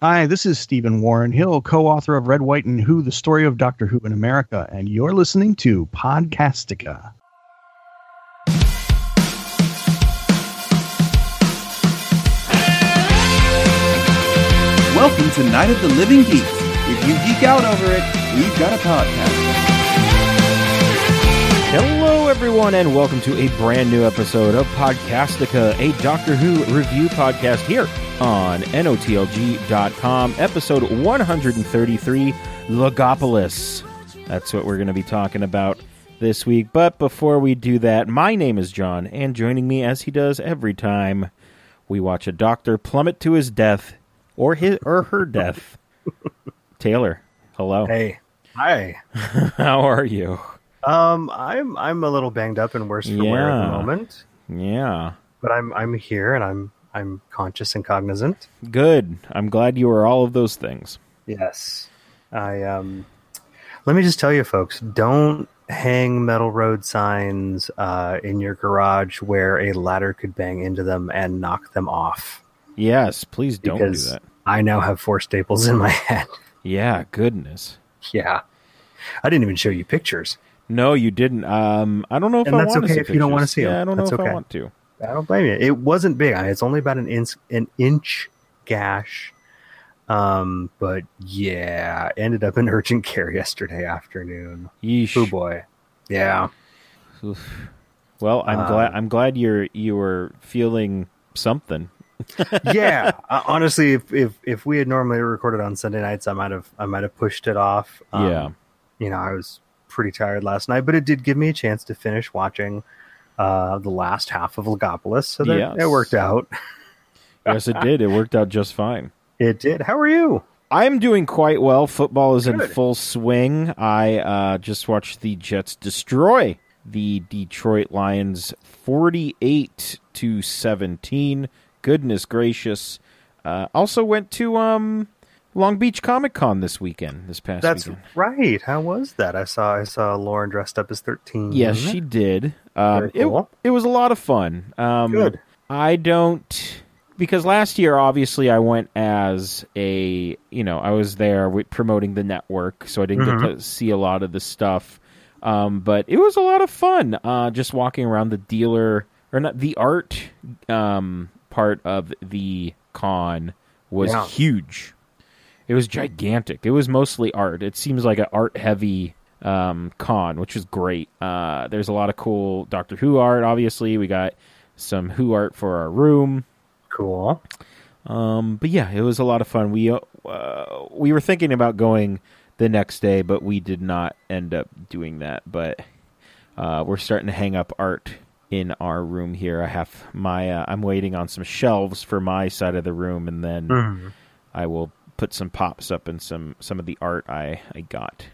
Hi, this is Stephen Warren Hill, co author of Red, White, and Who The Story of Doctor Who in America, and you're listening to Podcastica. Welcome to Night of the Living Geeks. If you geek out over it, we've got a podcast. Hello, everyone, and welcome to a brand new episode of Podcastica, a Doctor Who review podcast here on NOTLG.com, episode 133, Logopolis. That's what we're going to be talking about this week. But before we do that, my name is John, and joining me, as he does every time we watch a doctor plummet to his death or his or her death, Taylor, hello. Hey. Hi. How are you? Um, I'm I'm a little banged up and worse for wear at the Yeah. moment, Yeah. but I'm I'm here and I'm I'm conscious and cognizant. Good. I'm glad you are all of those things. Yes. I um let me just tell you folks, don't hang metal road signs uh, in your garage where a ladder could bang into them and knock them off. Yes, please don't Because do that. I now have four staples in my head. Yeah, goodness. yeah. I didn't even show you pictures. No, you didn't. Um, I don't know if And I that's want to okay see if you don't wanna pictures. see 'em. Yeah, I don't That's know if I okay. want to. I don't blame you. It wasn't big. I mean, it's only about an inch, an inch gash. Um, but yeah, ended up in urgent care yesterday afternoon. Yeesh. Oh boy. Yeah. Oof. Well, I'm Um, glad. I'm glad you're you were feeling something. Yeah. Uh, honestly, if, if, if we had normally recorded on Sunday nights, I might have, I might have pushed it off. Um, yeah. You know, I was pretty tired last night, but it did give me a chance to finish watching, uh, the last half of Legopolis. So that Yes. it worked out. Yes, it did. It worked out just fine. It did. How are you? I'm doing quite well. Football is in Good. full swing. I uh, just watched the Jets destroy the Detroit Lions 48 to 17. Goodness gracious! Uh, also went to um, Long Beach Comic Con this weekend. This past That's weekend. right. How was that? I saw I saw Lauren dressed up as thirteen. Yes, she did. Um, Very cool. It it was a lot of fun. Um, Good. I don't because last year obviously I went as a you know I was there with promoting the network, so I didn't Mm-hmm. get to see a lot of the stuff. Um, but it was a lot of fun. Uh, just walking around the dealer or not the art um, part of the con was Yeah. huge. It was gigantic. It was mostly art. It seems like an art heavy um, con, which is great. Uh, there's a lot of cool Doctor Who art, obviously. We got some Who art for our room. Cool. Um, but yeah, it was a lot of fun. We uh, uh, we were thinking about going the next day, but we did not end up doing that. But uh, we're starting to hang up art in our room here. I have my uh, I'm waiting on some shelves for my side of the room, and then I will put some pops up and some some of the art I I got.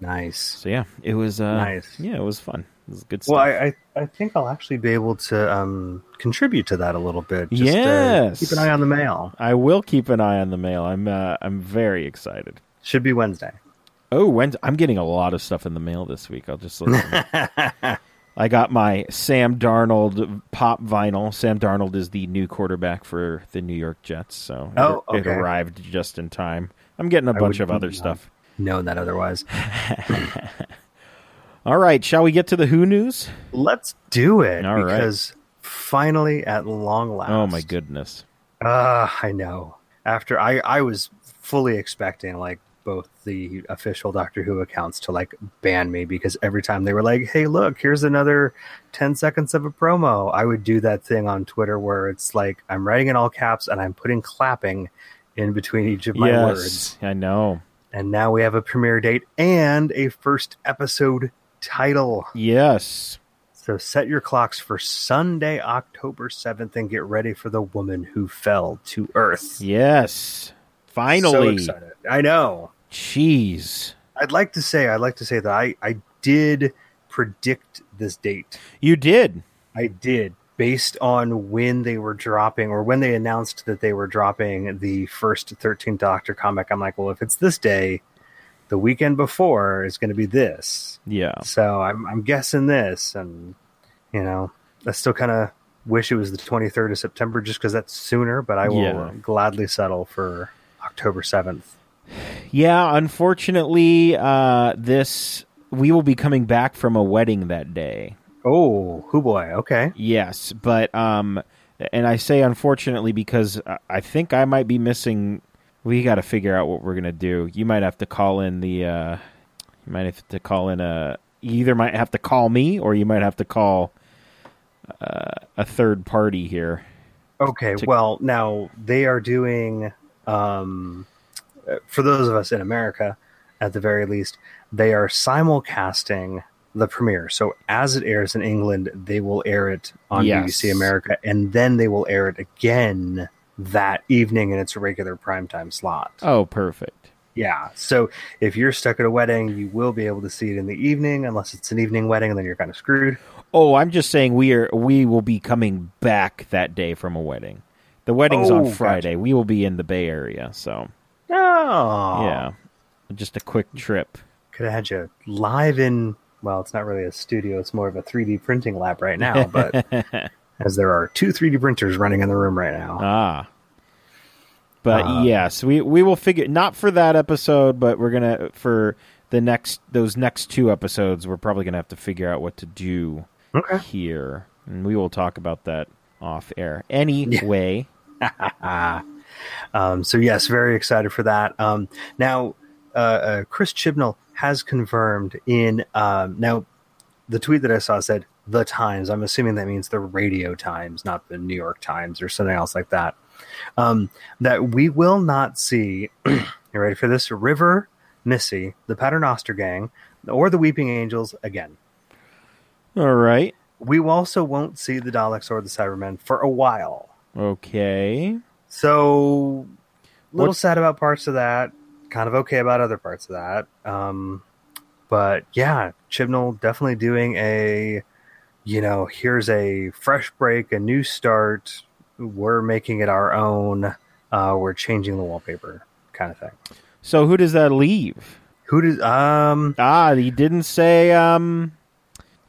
Nice. So yeah, it was uh, Nice. Yeah, it was fun. It was good Well, stuff. I, I I think I'll actually be able to um, contribute to that a little bit. Just uh, Yes. keep an eye on the mail. I will keep an eye on the mail. I'm uh, I'm very excited. Should be Wednesday. Oh, when I'm getting a lot of stuff in the mail this week. I'll just let you know. I got my Sam Darnold pop vinyl. Sam Darnold is the new quarterback for the New York Jets, so it- Oh, it, okay. arrived just in time. I'm getting a bunch of would other be, uh, stuff. Known that otherwise. All right, shall we get to the Who news? Let's do it All right. because finally, at long last. Oh my goodness. Uh, I know. After I, I was fully expecting like both the official Doctor Who accounts to like ban me because every time they were like, "Hey, look, here's another 10 seconds of a promo." I would do that thing on Twitter where it's like I'm writing in all caps and I'm putting clapping in between each of my yes, words. I know. And now we have a premiere date and a first episode title. Yes. So set your clocks for Sunday, October 7th and get ready for The Woman Who Fell to Earth. Yes. So Finally. excited. I know. Jeez. I'd like to say I'd like to say that I I did predict this date. You did. I did based on when they were dropping or when they announced that they were dropping the first 13 Doctor comic. I'm like, well, if it's this day, the weekend before is going to be this. Yeah. So I'm I'm guessing this and you know, I still kind of wish it was the 23rd of September just cuz that's sooner, but I will Yeah. gladly settle for October 7th. Yeah, unfortunately, uh, this we will be coming back from a wedding that day. Oh, hoo boy. Okay. Yes, but um, and I say unfortunately because I- I think I might be missing. We got to figure out what we're gonna do. You might have to call in the. Uh, you might have to call in a. You either might have to call me or you might have to call uh, a third party here. Okay. To- Well, now they are doing, um, uh, for those of us in America, at the very least, they are simulcasting the premiere. So as it airs in England, they will air it on Yes. BBC America, and then they will air it again that evening in its regular primetime slot. Oh, perfect. Yeah. So if you're stuck at a wedding, you will be able to see it in the evening, unless it's an evening wedding, and then you're kind of screwed. Oh, I'm just saying we are. We will be coming back that day from a wedding. The wedding's Oh, on gotcha. Friday. We will be in the Bay Area, so No. yeah, just a quick trip. could have had you live in well it's not really a studio it's more of a 3d printing lab right now but as there are two 3d printers running in the room right now Ah. But Uh, yes, we we will figure not for that episode, but we're gonna for the next those next two episodes, we're probably gonna have to figure out what to do okay here, and we will talk about that off air. Anyway, um, so yes very excited for that um, now uh, uh, chris chibnall has confirmed in um, now the tweet that i saw said the times i'm assuming that means the radio times not the new york times or something else like that um, that we will not see. you ready for this? River, Missy, the Paternoster Gang, or the Weeping Angels again. all right, We also won't see the Daleks or the Cybermen for a while. okay, So, a little What- sad about parts of that. Kind of okay about other parts of that. Um, but yeah, Chibnall definitely doing a, you know, here's a fresh break, a new start. We're making it our own. Uh, we're changing the wallpaper, kind of thing. so who does that leave? Who does um? Ah, he didn't say. Um,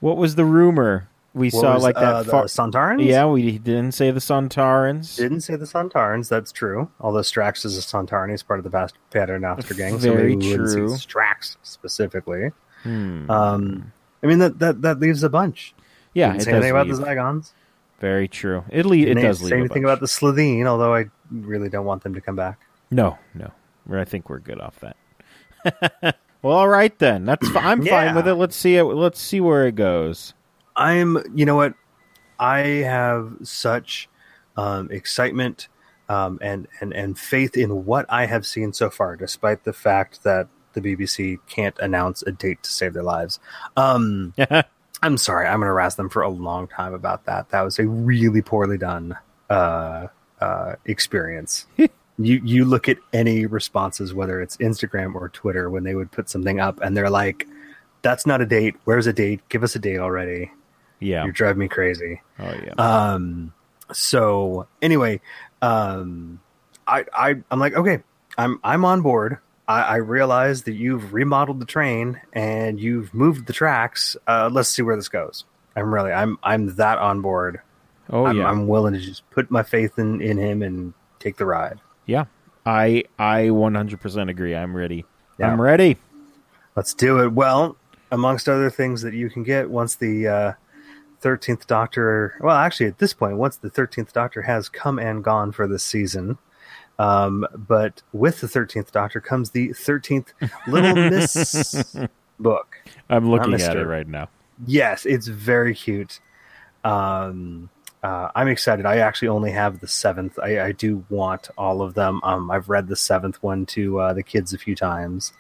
what was the rumor we what saw? was, like that. uh, the far- Santarans. yeah, we he didn't say the Suntarans. didn't say the Santarans. That's true. Although Strax is a Santaran, he's part of the past Paternoster gang. so Very maybe we wouldn't see true. Strax specifically. Hmm. Um, I mean that that that leaves a bunch. yeah, Didn't it say does anything about leave. the Zygons. Very true. It, le- it Didn't does say leave. a anything bunch. about the Slitheen, although I really don't want them to come back. No, no. We're- I think we're good off that. well, all right then. That's fi- I'm fine Yeah. with it. Let's see it. Let's see where it goes. I'm, you know what? I have such um, excitement um, and, and, and faith in what I have seen so far, despite the fact that the BBC can't announce a date to save their lives. Um, I'm sorry, I'm going to razz them for a long time about that. That was a really poorly done uh, uh, experience. you, you look at any responses, whether it's Instagram or Twitter, when they would put something up and they're like, that's not a date. Where's a date? Give us a date already. yeah. You're driving me crazy. Oh yeah. Um, so anyway, um, I, I I'm like, okay, I'm I'm on board. I, I realize that you've remodeled the train and you've moved the tracks. Uh, let's see where this goes. I'm really I'm I'm that on board. oh I'm, yeah. I'm willing to just put my faith in in him and take the ride. yeah. I I 100% agree. I'm ready. Yeah. I'm ready. Let's do it. Well, amongst other things that you can get once the uh, 13th Doctor, well, actually, at this point, once the 13th Doctor has come and gone for this season. Um, but with the 13th Doctor comes the 13th Little Miss book. I'm looking at Mister. it right now. Yes, it's very cute. Um, uh, I'm excited. I actually only have the seventh. I, I do want all of them. Um, I've read the seventh one to uh, the kids a few times.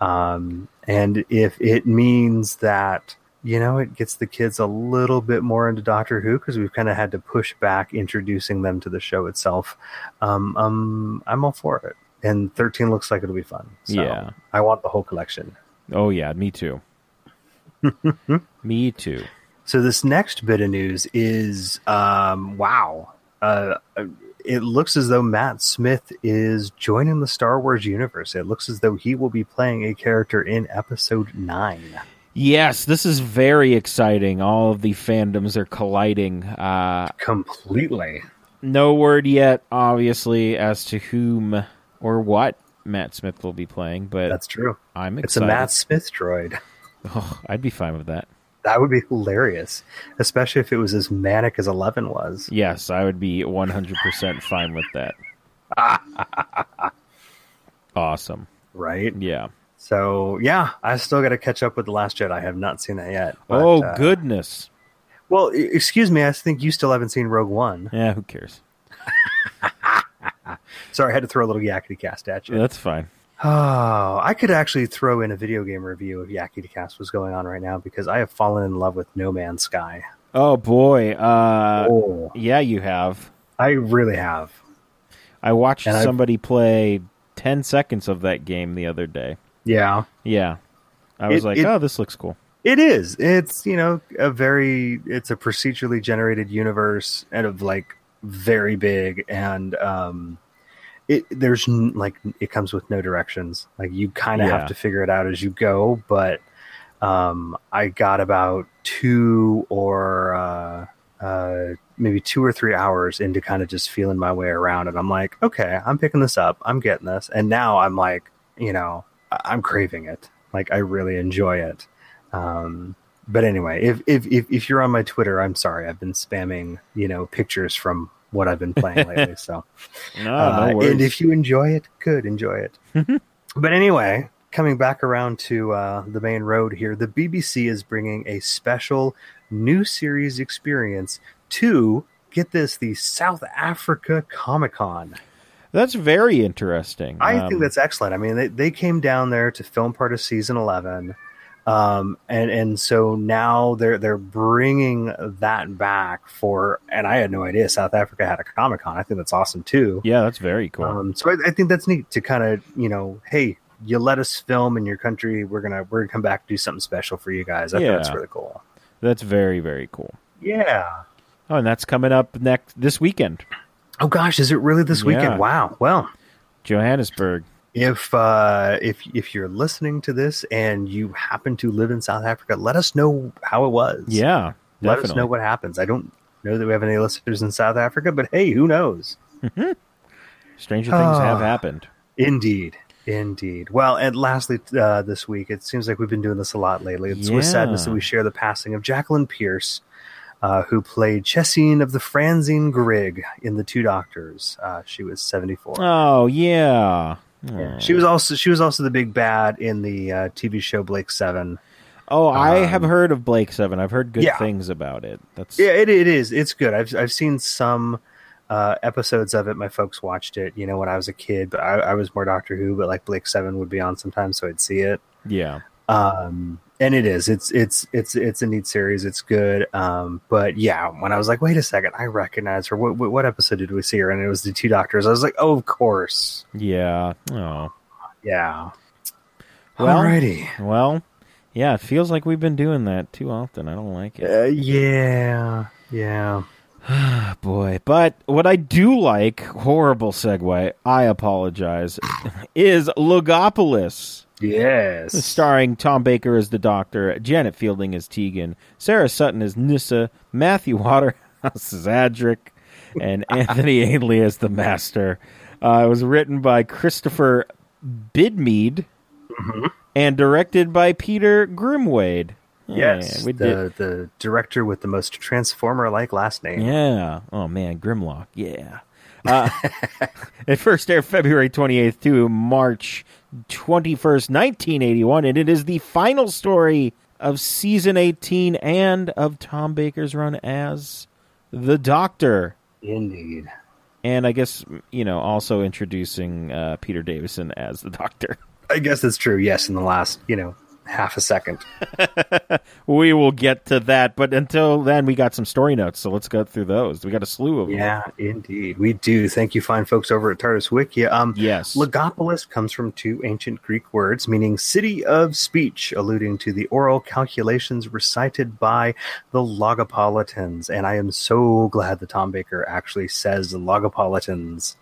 Um, and if it means that, you know, it gets the kids a little bit more into Doctor Who because we've kind of had to push back introducing them to the show itself, um, um, I'm all for it. And 13 looks like it'll be fun. So Yeah. I want the whole collection. Oh yeah, me too. me too. So this next bit of news is um, wow. Uh, it looks as though Matt Smith is joining the Star Wars universe. It looks as though he will be playing a character in Episode Nine. Yes, this is very exciting. All of the fandoms are colliding. Uh Completely. no word yet obviously as to whom or what Matt Smith will be playing, but That's true. I'm It's a excited. Matt Smith droid. Oh, I'd be fine with that. That would be hilarious, especially if it was as manic as Eleven was. Yes, I would be 100% fine with that. awesome. Right. Yeah. So yeah, I still got to catch up with the Last Jedi. I have not seen that yet. but, oh, uh, goodness. Well, e- excuse me. I think you still haven't seen Rogue One. Yeah, who cares? Sorry, I had to throw a little yakety cast at you. That's fine. Oh, I could actually throw in a video game review of Yakety Cast was going on right now because I have fallen in love with No Man's Sky. Oh, boy. Uh, oh, Yeah, you have. I really have. I watched And I've- somebody play 10 seconds of that game the other day. Yeah, Yeah. I was It- like, it- oh, this looks cool. it is. It's you know a very it's a procedurally generated universe and of like very big and um, it there's n- like it comes with no directions. Like you kind of Yeah. have to figure it out as you go. But um, I got about two or. Uh, uh, maybe two or three hours into kind of just feeling my way around. And I'm like, okay, I'm picking this up. I'm getting this. And now I'm like, you know, I- I'm craving it. Like I really enjoy it. Um, but anyway, if, if, if, if you're on my Twitter, I'm sorry. I've been spamming, you know, pictures from what I've been playing lately. So, Ah, No, uh, no worries. and if you enjoy it, good, enjoy it. but anyway, coming back around to uh, the main road here, the BBC is bringing a special new series experience to get this the South Africa Comic Con. That's very interesting. I Um, think that's excellent. I mean, they, they came down there to film part of season eleven, um, and and so now they're they're bringing that back for. And I had no idea South Africa had a Comic Con. I think that's awesome too. Yeah, that's very cool. Um, so I, I think that's neat to kind of you know, hey, you let us film in your country. We're gonna we're gonna come back do something special for you guys. I think Yeah. that's really cool. that's very, very cool. Yeah. Oh, and that's coming up next this weekend, Oh gosh, is it really this Yeah. weekend? Wow. Well, Johannesburg. if uh, if if you're listening to this and you happen to live in South Africa, let us know how it was. Yeah, Let definitely. us know what happens. I don't know that we have any listeners in South Africa, but hey, who knows? Stranger things have Ah. happened. Indeed. Indeed. Well, and lastly, uh, this week, it seems like we've been doing this a lot lately. It's with Yeah. sadness that we share the passing of Jacqueline Pierce, uh, who played Chessine of the Franzine Grig in The Two Doctors. Uh, she was 74. Oh yeah. Yeah. She was also she was also the big bad in the uh, TV show Blake Seven. Oh, I Um, have heard of Blake Seven. I've heard good Yeah. things about it. That's Yeah, it, it is. It's good. I've I've seen some uh, episodes of it. My folks watched it, you know, when I was a kid. But I, I was more Doctor Who. But like Blake Seven would be on sometimes, so I'd see it. yeah. um and it is it's it's it's it's a neat series it's good um but yeah when i was like wait a second i recognize her what, what, what episode did we see her and it was the two doctors i was like oh of course Yeah. Oh. yeah Well- alrighty Well, yeah, it feels like we've been doing that too often. I don't like it. uh, yeah yeah Ah, boy. But what I do like, horrible segue, I apologize, is Logopolis. yes starring Tom Baker as the Doctor, Janet Fielding as Tegan, Sarah Sutton as Nissa, Matthew Waterhouse as Adric, and Anthony Ainley as the Master. Uh, it was written by Christopher Bidmead Mm-hmm. and directed by Peter Grimwade. yes Yeah, we the did. the director with the most transformer like last name Yeah. Oh man, Grimlock. Yeah. Uh, it first aired February 28th to March 21st, 1981, and it is the final story of season 18 and of Tom Baker's run as the Doctor. indeed And I guess, you know, also introducing uh, Peter Davison as the Doctor. i guess that's true yes in the last you know half a second We will get to that, but until then, we got some story notes, so let's go through those. We got a slew of them. Yeah, indeed. We do. Thank you, fine folks over at TARDIS Wiki. Um, Yes. Logopolis comes from two ancient Greek words meaning city of speech, alluding to the oral calculations recited by the Logopolitans. And I am so glad that Tom Baker actually says the Logopolitans.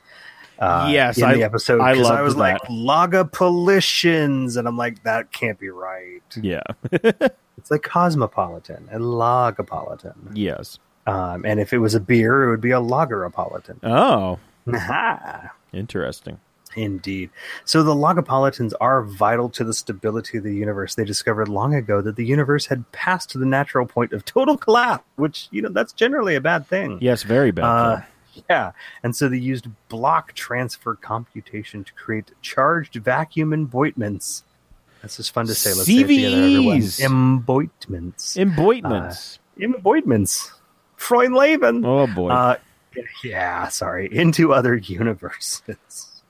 Uh, Yes, in I- the episode, I 'cause I, loved was like that. Logopolitians, and I'm like, that can't be right. Yeah. It's like cosmopolitan and Logopolitan. yes. Um, and if it was a beer, it would be a Lagerapolitan. Oh, Aha. interesting. Indeed. So the Logopolitans are vital to the stability of the universe. They discovered long ago that the universe had passed the natural point of total collapse, which, you know, that's generally a bad thing. Yes, very bad. Uh, yeah. And so they used block transfer computation to create charged vacuum emboitments. That's just fun to say. Let's say it together, everyone. CVEs. Emboitments. Emboitments. Emboitments. Freundleben. oh boy. Uh, yeah, sorry. Into other universes.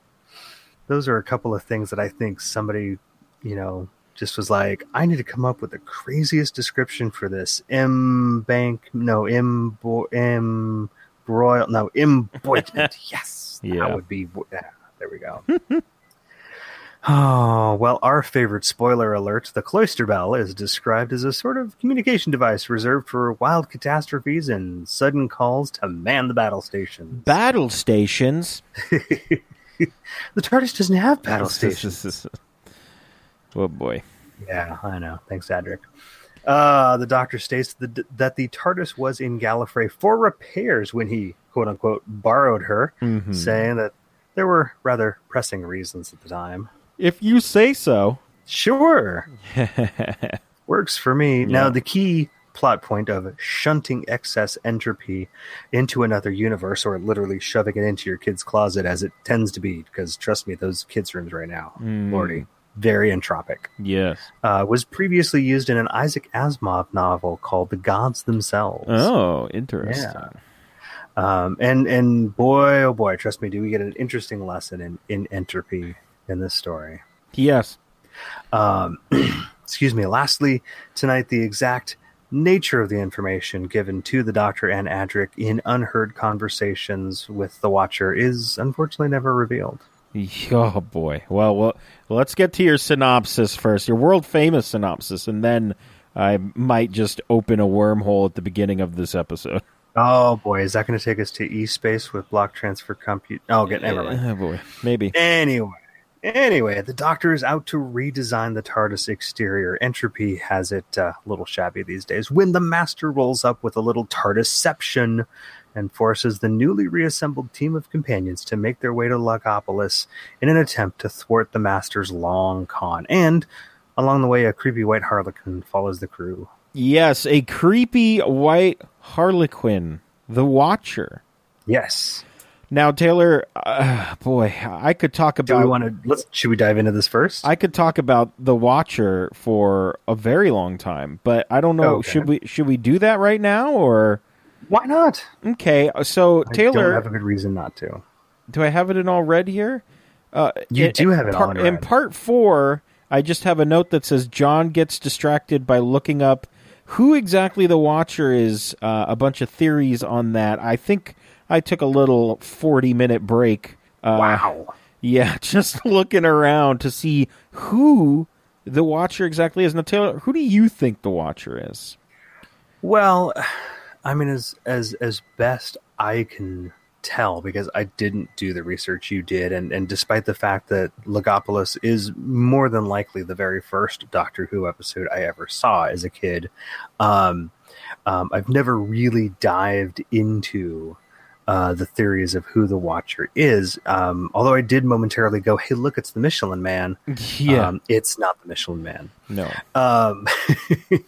Those are a couple of things that I think somebody, you know, just was like, I need to come up with the craziest description for this. M bank, no, M bo- M broil, no, emboyment. yes, Yeah. that would be. ah, there we go. Oh, well, our favorite spoiler alert the cloister bell is described as a sort of communication device reserved for wild catastrophes and sudden calls to man the battle station. battle stations. The TARDIS doesn't have battle stations. oh boy. Yeah, I know. Thanks, Adric. Uh, the doctor states that the, that the TARDIS was in Gallifrey for repairs when he, quote unquote, borrowed her, Mhm. saying that there were rather pressing reasons at the time. If you say so. Sure. Works for me. Yeah. Now, the key plot point of shunting excess entropy into another universe, or literally shoving it into your kid's closet, as it tends to be, because trust me, those kids' rooms right now, Mm. Lordy, very entropic, Yes. uh, was previously used in an Isaac Asimov novel called The Gods Themselves. Oh, interesting. Um, and, and boy, oh boy, trust me, do we get an interesting lesson in, in entropy in this story. Yes. Um, excuse me. Lastly, tonight, the exact nature of the information given to the Doctor and Adric in unheard conversations with the Watcher is unfortunately never revealed. Oh boy. Well, well, let's get to your synopsis first, your world famous synopsis, and then I might just open a wormhole at the beginning of this episode. Oh boy, is that going to take us to E space with block transfer compute? Oh, get never mind. Oh boy. Maybe. Anyway, anyway, the doctor is out to redesign the TARDIS exterior. Entropy has it uh, a little shabby these days. When the master rolls up with a little TARDISception and forces the newly reassembled team of companions to make their way to Logopolis in an attempt to thwart the master's long con. And along the way, a creepy white harlequin follows the crew. Yes, a creepy white harlequin, the Watcher. Yes. Now, Taylor, uh, boy, I could talk Do we about want to? Let's. Should we dive into this first? I could talk about the Watcher for a very long time, but I don't know. Okay. Should we should we do that right now or Why not? okay? So I Taylor, don't have a good reason not to. do I have it in all red here? Uh, You do have it all part- in red. part four, I just have a note that says John gets distracted by looking up who exactly the Watcher is. Uh, a bunch of theories on that. I think I took a little forty-minute break. Uh, Wow. Yeah, just looking around to see who the Watcher exactly is. Now, Taylor, who do you think the Watcher is? Well, I mean, as as as best I can tell, because I didn't do the research you did, and and despite the fact that Legopolis is more than likely the very first Doctor Who episode I ever saw as a kid, um, um, I've never really dived into. Uh, the theories of who the Watcher is. Um, although I did momentarily go, "Hey, look, it's the Michelin Man." um, it's not the Michelin Man no. um,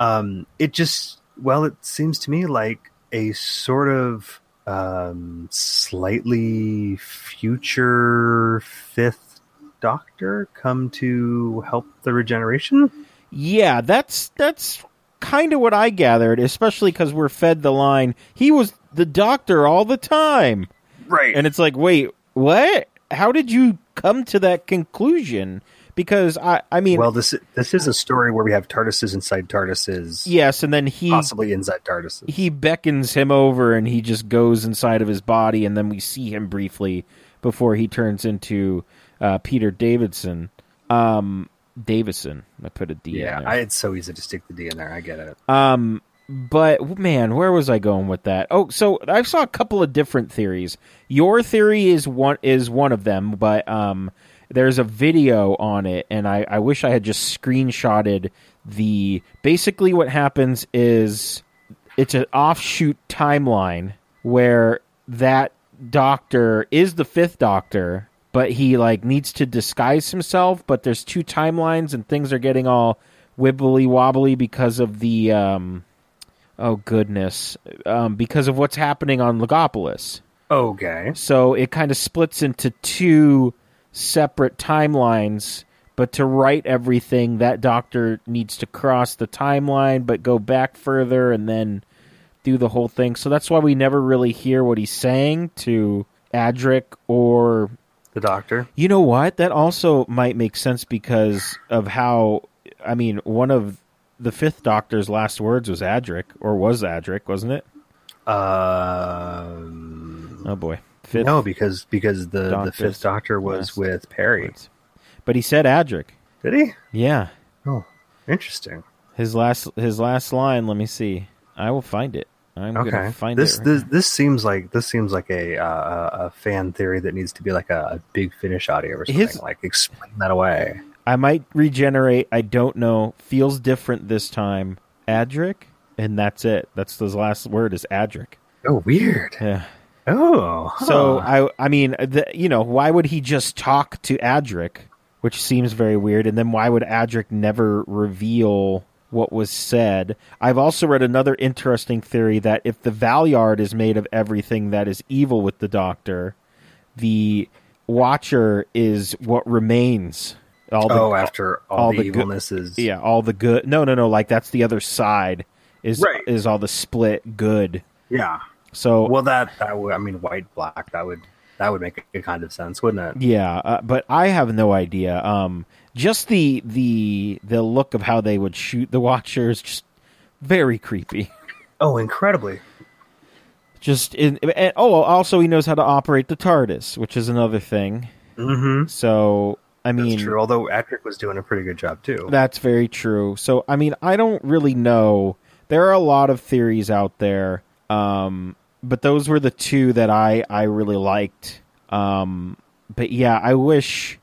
um, it just well it seems to me like a sort of um, slightly future fifth doctor come to help the regeneration Yeah, that's that's kind of what I gathered, especially because we're fed the line he was the Doctor all the time, right and it's like, wait, what? How did you come to that conclusion? Because I, I mean, well this this is a story where we have tardises inside tardises yes, and then he possibly inside tardises he beckons him over and he just goes inside of his body and then we see him briefly before he turns into uh, Peter Davidson. Um Davison. I put a D yeah in I, there. it's so easy to stick the d in there i get it um but man, where was I going with that? Oh, so I saw a couple of different theories. Your theory is one is one of them, but um there's a video on it and I, I wish I had just screenshotted the basically what happens is it's an offshoot timeline where that doctor is the fifth doctor but he like needs to disguise himself. But there's two timelines, and things are getting all wibbly wobbly because of the um, oh goodness, um, because of what's happening on Legopolis. Okay. So it kind of splits into two separate timelines. But to write everything, that doctor needs to cross the timeline, but go back further and then do the whole thing. So that's why we never really hear what he's saying to Adric or The doctor. you know what? That also might make sense because of how I mean, one of the fifth doctor's last words was Adric, or was Adric, wasn't it? Um, Oh boy. Fifth no, because because the, the Doctor's fifth doctor was last with Perry. words. But he said Adric. Did he? Yeah. Oh, interesting. His last his last line, let me see. I will find it. I'm Okay. gonna find This it. right this this seems like this seems like a uh, a fan theory that needs to be like a, a big finish audio or something. His- Like explain that away. I might regenerate. I don't know. Feels different this time. Adric, and that's it. That's his last word is Adric. Oh, weird. Yeah. Oh, So huh. I, I mean, the, you know, why would he just talk to Adric, which seems very weird? And then why would Adric never reveal what was said? I've also read another interesting theory that if the Valyard is made of everything that is evil with the Doctor, the Watcher is what remains. All the oh, after all, all the, the good- evilness is yeah, all the good. No, no, no. Like that's the other side. Is Right. is all the split good? yeah. So Well, that that would, I mean, white black. That would that would make a kind of sense, wouldn't it? yeah, uh, but I have no idea. Um, just the the the look of how they would shoot the Watcher is just very creepy. Oh, incredibly. Just in, and, oh, also he knows how to operate the TARDIS, which is another thing. Mm-hmm. So I That's mean, true. Although Atrick was doing a pretty good job too. That's very true. So, I mean, I don't really know. There are a lot of theories out there, um, but those were the two that I I really liked. Um, but yeah, I wish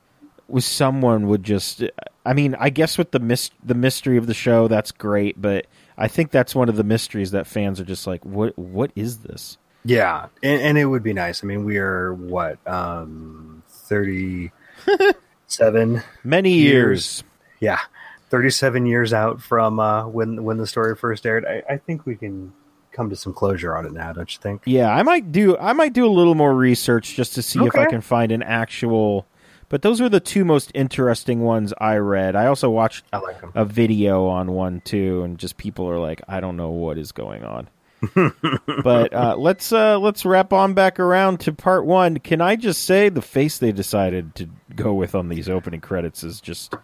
was someone would just. I mean, I guess with the mys- the mystery of the show, that's great. But I think that's one of the mysteries that fans are just like, what What is this? yeah, and, and it would be nice. I mean, we are what um thirty-seven. Many years. Years. yeah, thirty-seven years out from uh, when when the story first aired. I, I think we can come to some closure on it now, don't you think? Yeah, I might do I might do a little more research just to see if I Okay. can find an actual but those were the two most interesting ones I read. I also watched I like them. a video on one too and just people are like I don't know what is going on. but uh, let's uh, let's wrap on back around to part 1. Can I just say the face they decided to go with on these opening credits is just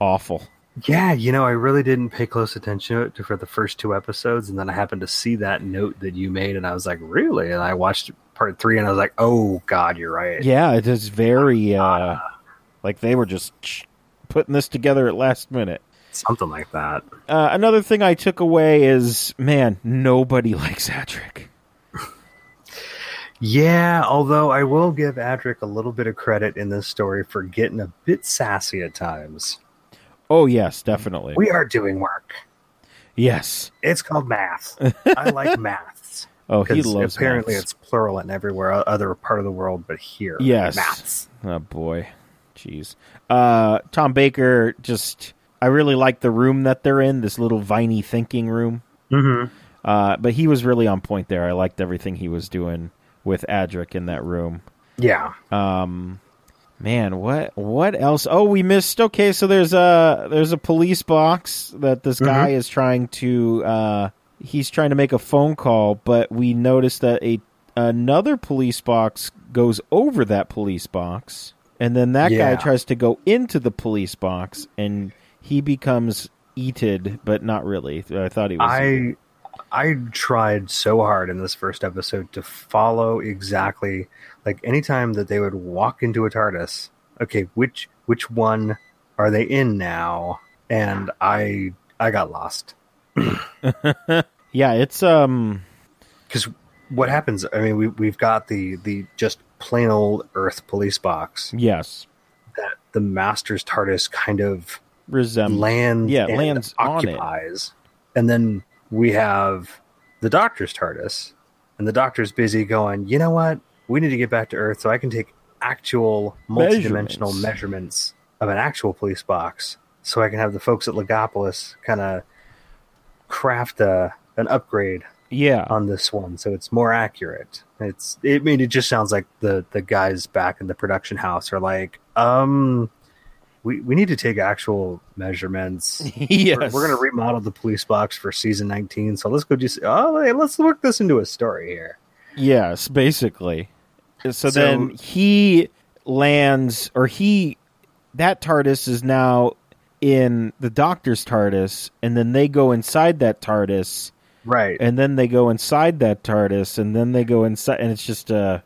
awful. Yeah, you know, I really didn't pay close attention to it for the first two episodes, and then I happened to see that note that you made, and I was like, really? And I watched part three, and I was like, oh god, you're right. Yeah, it is very uh, like they were just putting this together at last minute. Something like that. uh, another thing I took away is man, nobody likes Adric. Yeah, although I will give Adric a little bit of credit in this story for getting a bit sassy at times. Oh yes, definitely. We are doing work. yes. It's called math. I like maths. Oh, he 'Cause loves. Apparently, maths. it's plural in everywhere o- other part of the world, but here, Yes. maths. oh boy, jeez. Uh, Tom Baker just. I really like the room that they're in, this little viney thinking room. Mm-hmm. Uh, but he was really on point there. I liked everything he was doing with Adric in that room. Yeah. Um, man, what what else? Oh, we missed. Okay, so there's a there's a police box that this Mm-hmm. guy is trying to uh, he's trying to make a phone call, but we noticed that a another police box goes over that police box, and then that Yeah. guy tries to go into the police box, and he becomes eated, but not really. I thought he was. I I tried so hard in this first episode to follow exactly like anytime that they would walk into a TARDIS. Okay, which which one are they in now? And I I got lost yeah, it's um. because what happens? I mean, we we've got the the just plain old Earth police box Yes, that the Master's TARDIS kind of resembles. lands um, yeah, and lands on it. occupies. And then we have the doctor's TARDIS, and the doctor's busy going, you know what? We need to get back to Earth so I can take actual multi-dimensional measurements, of an actual police box, so I can have the folks at Legopolis kind of craft a an upgrade Yeah. on this one, so it's more accurate. It's it I mean it just sounds like the the guys back in the production house are like, um, we we need to take actual measurements. yes. We're, we're gonna remodel the police box for season 19, so let's go do. s- Oh, hey, let's work this into a story here. Yes, basically. So, So- then he lands, or he that TARDIS is now in the Doctor's TARDIS, and then they go inside that TARDIS, Right. and then they go inside that TARDIS, and then they go inside, and it's just uh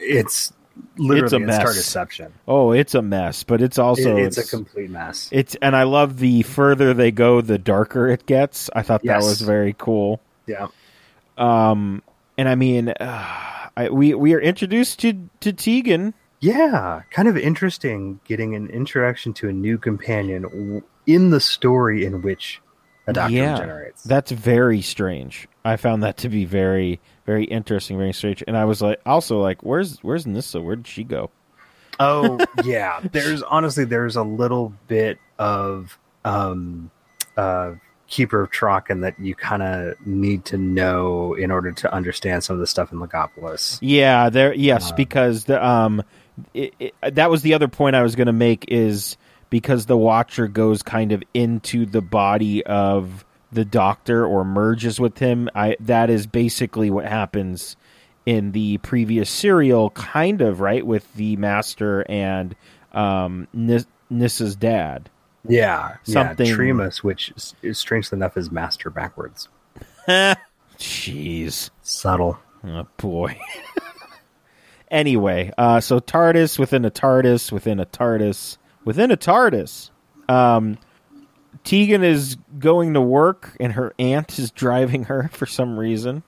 It's literally It's a mess. Star Deception. oh, it's a mess, but it's also it, it's, a complete mess. it's and I love the further they go, the darker it gets. I thought Yes. that was very cool. yeah. Um, and I mean, uh, I, we we are introduced to to Tegan. Yeah, kind of interesting getting an interaction to a new companion w- in the story in which a doctor Yeah. generates. That's very strange. I found that to be very, very interesting, very strange. And I was like, also like, where's where's Nissa? Where did she go? oh yeah, there's honestly there's a little bit of um, uh, keeper of Trocken that you kind of need to know in order to understand some of the stuff in Legopolis. Yeah, there. Yes, Uh, because the um, it, it, that was the other point I was going to make is because the Watcher goes kind of into the body of the Doctor or merges with him. I that is basically what happens in the previous serial, kind of right with the Master and um, Nis- Nissa's dad. Yeah, Something- Yeah, Tremus, which is, is strangely enough is master backwards. Jeez. Subtle. Oh boy. anyway, uh, so TARDIS within a TARDIS within a TARDIS within a TARDIS. Um, Tegan is going to work, and her aunt is driving her for some reason.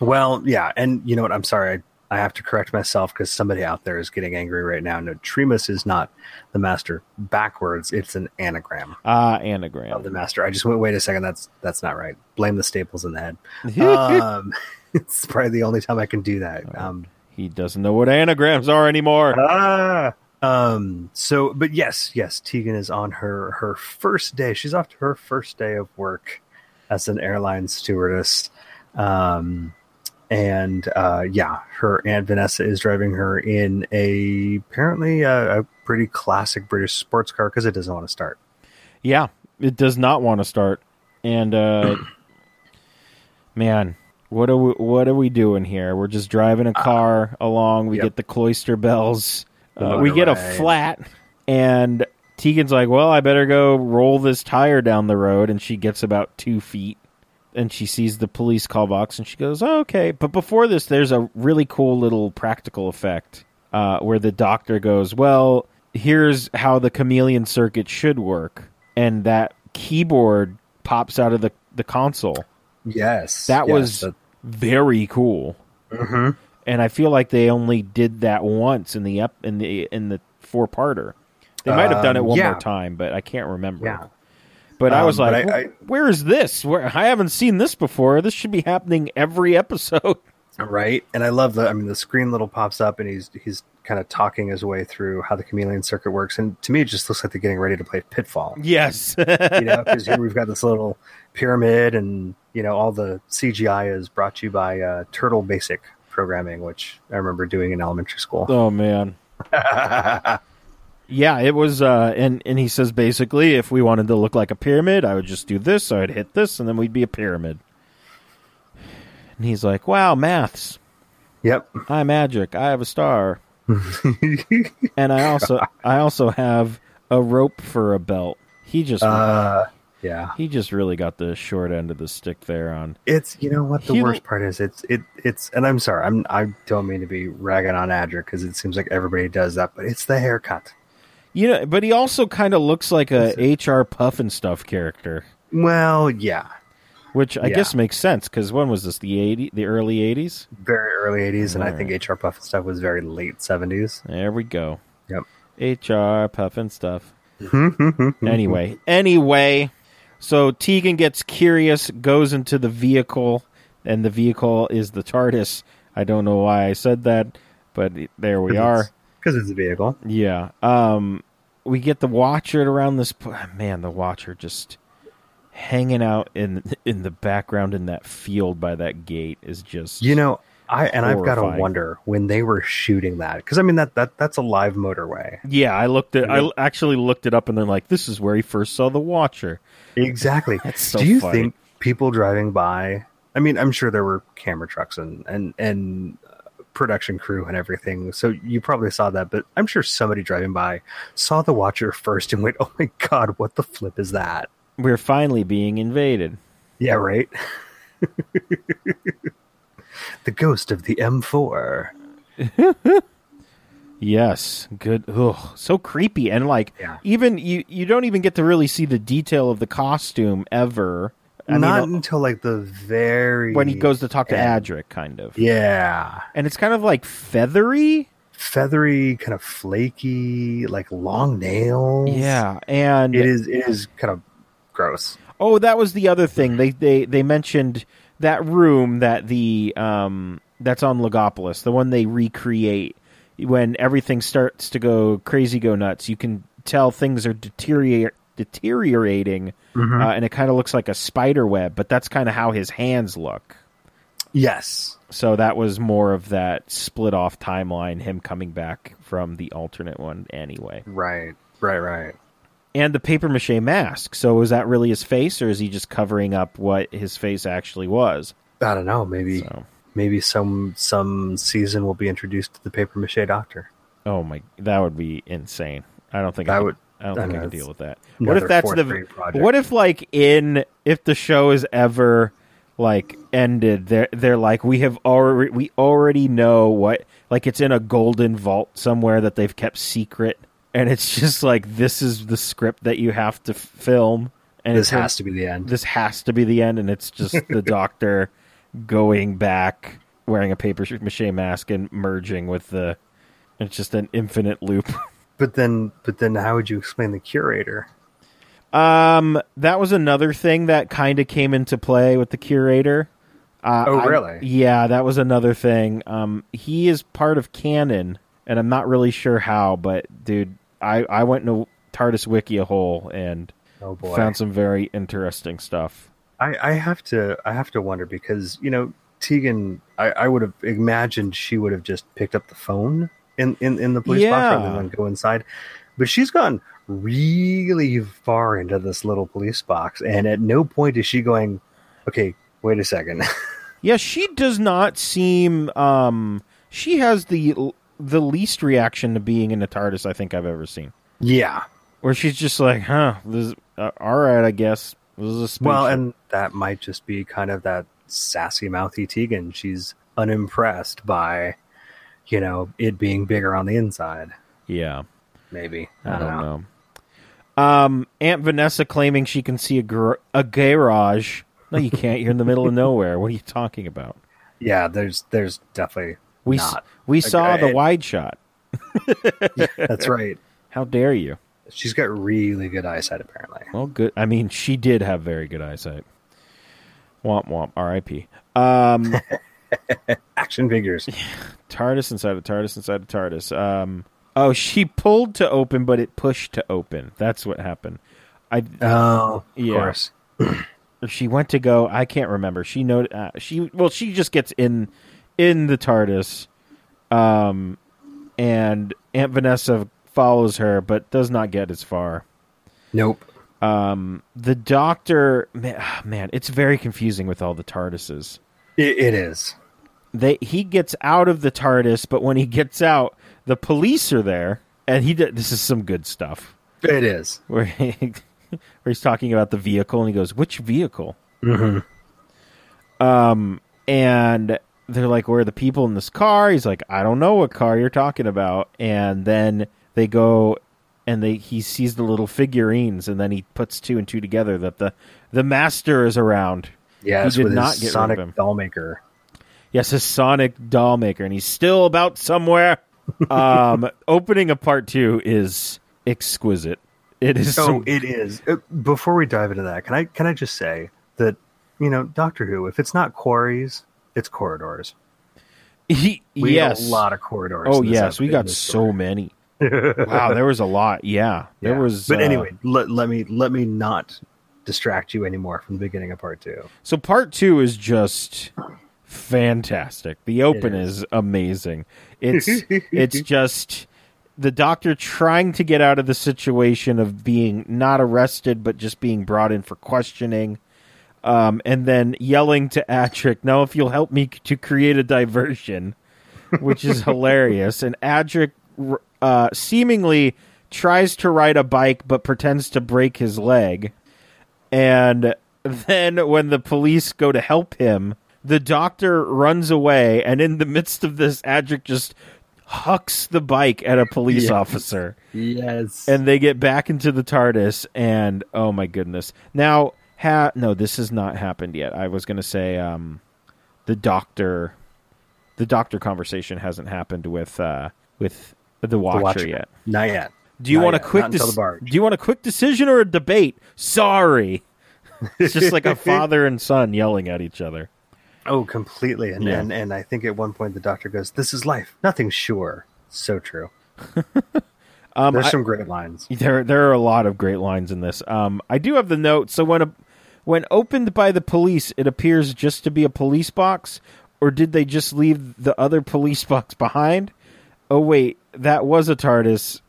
Well, yeah, and you know what? I'm sorry. I, I have to correct myself because somebody out there is getting angry right now. No, Tremus is not the master backwards. It's an anagram Ah, of the anagram. master. I just went. Wait a second. That's that's not right. Blame the staples in the head. Um, it's probably the only time I can do that. Um, he doesn't know what anagrams are anymore. ah. Um. So, but yes, yes. Tegan is on her her first day. She's off to her first day of work as an airline stewardess. Um, and uh, yeah, her aunt Vanessa is driving her in a apparently a, a pretty classic British sports car because it doesn't want to start. Yeah, it does not want to start. And uh, man, what are we? What are we doing here? We're just driving a car along. We Ah. yep. get the cloister bells. The Uh, we get a motorway. flat, and Tegan's like, "Well, I better go roll this tire down the road." And she gets about two feet, and she sees the police call box, and she goes, oh, "Okay." But before this, there's a really cool little practical effect uh, where the doctor goes, "Well, here's how the chameleon circuit should work," and that keyboard pops out of the the console. Yes, That yes, was that- very cool Mhm. and I feel like they only did that once in the up in the in the four parter. They might have done it Um, one yeah. more time, but I can't remember. yeah. But I Um, was but like, I- "Wh- "Where is this? Where I haven't seen this before. This should be happening every episode." Right. And I love the I mean the screen little pops up and he's he's kind of talking his way through how the chameleon circuit works. And to me it just looks like they're getting ready to play pitfall. yes, You know, because here we've got this little pyramid and you know, all the CGI is brought to you by uh, Turtle Basic programming, which I remember doing in elementary school. Oh man. yeah, it was uh and and he says basically if we wanted to look like a pyramid, I would just do this, I'd hit this and then we'd be a pyramid. And he's like, "Wow, maths. Yep. I'm magic. I have a star." and I also I also have a rope for a belt. He just Uh yeah. he just really got the short end of the stick there on. It's you know what the You- worst part is. It's it it's and I'm sorry. I'm I don't mean to be ragging on Adric because it seems like everybody does that, but it's the haircut. You know, but he also kind of looks like a HR Puff and Stuff character. Well, yeah. Which I Yeah. guess makes sense because when was this? The eighty, the early '80s. very early 80s, and I Alright. think HR Puff and stuff was very late 70s. There we go. Yep. HR puffin stuff. Hmm. anyway, anyway, so Tegan gets curious, goes into the vehicle, and the vehicle is the TARDIS. I don't know why I said that, but there we are. because it's a vehicle. Yeah. Um, we get the Watcher around this. pl- Man, the Watcher just hanging out in in the background in that field by that gate is just You know, I and I've got to Horrifying. wonder when they were shooting that because I mean that that that's a live motorway. Yeah, I looked at. I actually looked it up, and they're like, "This is where he first saw the Watcher." Exactly. That's so Do you funny. think people driving by? I mean, I'm sure there were camera trucks and and and uh, production crew and everything. So you probably saw that, but I'm sure somebody driving by saw the Watcher first and went, "Oh my god, what the flip is that?" We're finally being invaded. Yeah, right. the ghost of the M4. Yes, good. Ugh, so creepy, and like Yeah. even you you don't even get to really see the detail of the costume ever. I mean, uh, Not until like the very when he goes to talk to Yeah. Adric, kind of, Yeah. and it's kind of like feathery. feathery, kind of flaky, like long nails. Yeah, and It is it is kind of gross. Oh, that was the other thing. They they they mentioned that room that the um that's on Legopolis, the one they recreate when everything starts to go crazy, go nuts. You can tell things are deterior- deteriorating, uh, and it kind of looks like a spider web. But that's kind of how his hands look. Yes. So that was more of that split off timeline, him coming back from the alternate one anyway. Right. Right, right. and the paper mache mask. So is that really his face, or is he just covering up what his face actually was? I don't know, maybe So, maybe some some season will be introduced to the paper mache doctor. oh my, that would be insane. I don't think I That could- would- I don't I think I know, could it's deal with that. What if another that's fourth the? grade project. What if like in if the show is ever like ended, they're they're like we have already we already know what like it's in a golden vault somewhere that they've kept secret, and it's just like this is the script that you have to f- film, and This it's in- has to be the end. this has to be the end, and it's just the doctor going back, wearing a paper mache mask, and merging with the. It's just an infinite loop. But then but then how would you explain the curator? Um, that was another thing that kind of came into play with the curator. Uh, Oh, I- really? yeah, that was another thing. Um, he is part of canon, and I'm not really sure how, but dude, I I went into TARDIS wiki a hole and Oh boy. found some very interesting stuff. I, I have to I have to wonder because you know Tegan I, I would have imagined she would have just picked up the phone in in, in the police box rather Yeah. than go inside, but she's gone really far into this little police box, and at no point is she going, okay, wait a second, Yeah, she does not seem. Um, she has the the least reaction to being in a TARDIS I think I've ever seen, yeah, where she's just like, "Huh, this, uh, all right, I guess this is a spaceship. well, and that might just be kind of that sassy mouthy Tegan. She's unimpressed by, you know, it being bigger on the inside. yeah, Maybe I don't know." Um, Aunt Vanessa claiming she can see a gar- a garage. No, you can't. You're in the middle of nowhere. What are you talking about? Yeah, there's there's definitely We s- not. eh. we saw the Okay. wide shot. That's right. How dare you? She's got really good eyesight, apparently. Well, good. I mean, she did have very good eyesight. Womp womp. R.I.P. Um. Action figures. TARDIS inside of TARDIS inside of TARDIS. Um, oh, she pulled to open, but it pushed to open. That's what happened. I Oh, of Yeah. course. or she went to go. I can't remember. She know uh, she well. She just gets in in the TARDIS, um, and Aunt Vanessa follows her, but does not get as far. Nope. Um, the Doctor, man, ah, man it's very confusing with all the TARDISes. It, it is. they he gets out of the TARDIS, but when he gets out, the police are there, and he did, this is some good stuff It is. where he, where he's talking about the vehicle, and he goes, "Which vehicle?" Mm-hmm. Um, and they're like, "Where are the people in this car?" He's like, "I don't know what car you're talking about," and then they go. And they, he sees the little figurines, and then he puts two and two together that the the master is around. Yes, did with not get rid his of Sonic him. Dollmaker. Yes, a Sonic doll maker, and he's still about somewhere. um, opening a part two is exquisite. It is Oh, some- it is. Uh, Before we dive into that, can I can I just say that you know Doctor Who, if it's not quarries, it's corridors. He, We yes. had a lot of corridors. oh in this yes, we epi- in got this so story. many. Wow, there was a lot. Yeah, there Yeah. was. But uh, anyway, let, let me let me not distract you anymore from the beginning of part two. So part two is just fantastic. The open is. is. amazing. It's it's just the doctor trying to get out of the situation of being not arrested but just being brought in for questioning. Um, and then yelling to Adric, now if you'll help me c- to create a diversion, which is hilarious. And Adric r- uh, seemingly tries to ride a bike but pretends to break his leg. And then when the police go to help him, the doctor runs away, and in the midst of this, Adric just hucks the bike at a police officer. Yes. And they get back into the TARDIS, and oh my goodness. Now, ha- no, this has not happened yet. I was going to say um, the doctor. The doctor conversation hasn't happened with uh, with the watcher, Watcher. yet. not yet. Do you Not want a yet. quick Not until dec- the barge. Do you want a quick decision or a debate? Sorry. It's just like a father and son yelling at each other. Oh, completely. And, Yeah. and and I think at one point the doctor goes, "This is life. Nothing's sure." So true. Um, There's I- some great lines. there there are a lot of great lines in this. Um, I do have the note. So when a, when opened by the police, it appears just to be a police box, or did they just leave the other police box behind? Oh wait, that was a TARDIS.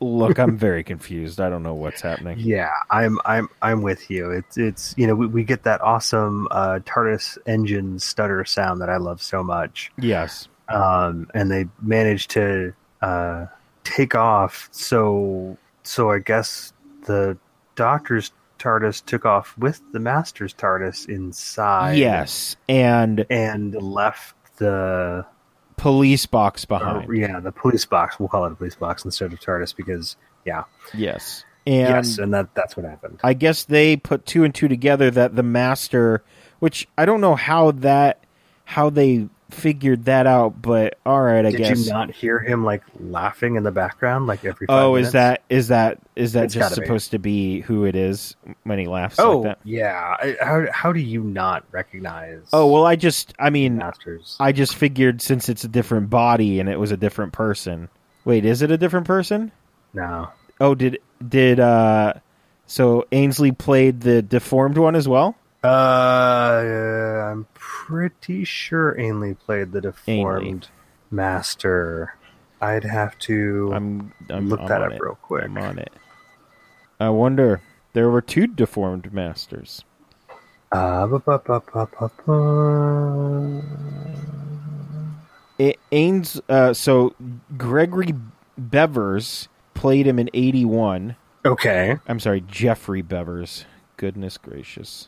Look, I'm very confused. I don't know what's happening. Yeah, I'm I'm I'm with you. It's it's you know we, we get that awesome uh, TARDIS engine stutter sound that I love so much, Yes. um, and they managed to uh, take off. So so I guess the Doctor's TARDIS took off with the Master's TARDIS inside. Yes, and and left the police box behind. or, yeah the police box. We'll call it a police box instead of TARDIS because yeah Yes. And yes, and that that's what happened. I guess they put two and two together that the master, which I don't know how that how they figured that out, but all right, I Did guess. you not hear him like laughing in the background, like every? five oh, minutes? is that is that is that It's just gotta be. supposed to be who it is when he laughs Oh, like that? yeah. I- How how do you not recognize? Oh well, I just I mean masters. I just figured since it's a different body and it was a different person. Wait, is it a different person? No, Oh, did did uh so Ainsley played the deformed one as well? uh, I'm pretty sure Ainley played the deformed Ainley. master. I'd have to. I'm, I'm Look I'm that on up it. real quick. I'm on it. I wonder. There were two deformed masters. Uh, ba- ba- ba- ba- ba- ba. It, Ains, uh, so Gregory Bevers played him in '81. Okay. I'm sorry, Jeffrey Bevers. Goodness gracious.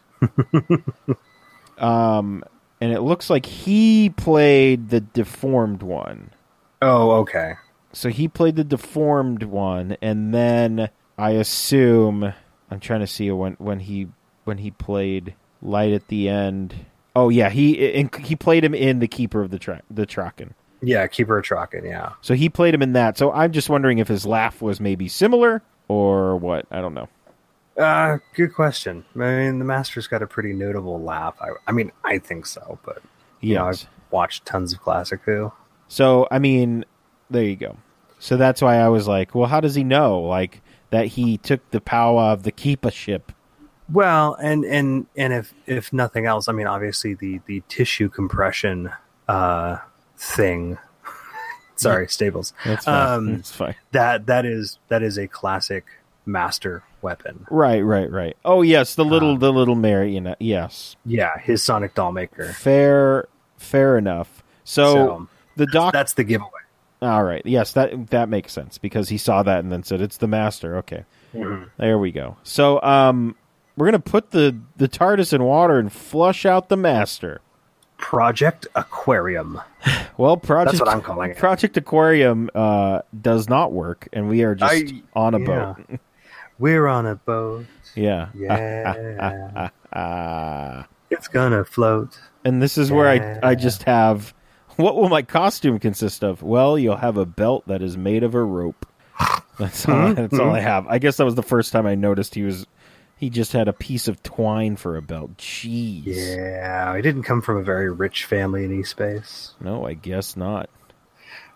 um, and it looks like he played the deformed one. Oh, okay. So he played the deformed one, and then I assume I'm trying to see when when he when he played Light at the end. Oh yeah, he and he played him in the Keeper of the Tra- the Traken. Yeah, keep her trucking. Yeah. So he played him in that. So I'm just wondering if his laugh was maybe similar or what. I don't know. Uh, good question. I mean, the master's got a pretty notable laugh. I, I mean, I think so, but you know, Yes. I've watched tons of classic Who. So I mean, there you go. So that's why I was like, well, how does he know like that he took the power of the Keeper ship? Well, and and and if if nothing else, I mean, obviously the the tissue compression uh thing. Sorry, Staples. That's fine. Um, that's fine. That that is that is a classic master weapon. Right, right, right. Oh yes, the Uh-huh. little the little marionette. Yes. Yeah, his sonic doll maker. Fair fair enough. So, So, the doc That's the giveaway. all right. Yes, that that makes sense because he saw that and then said it's the master. Okay. Mm-hmm. There we go. So um we're going to put the the TARDIS in water and flush out the master. Project Aquarium. Well, project That's what I'm calling it. Project Aquarium uh does not work and we are just I- on a yeah. boat. We're on a boat. Yeah. Yeah. Ah. it's gonna float. And this is where I, I Yeah. just have what will my costume consist of? Well, you'll have a belt that Hmm? is made of a rope. That's all, that's all I have. I guess that was the first time I noticed he was He just had a piece of twine for a belt. Jeez. Yeah, he didn't come from a very rich family in East Space. No, I guess not.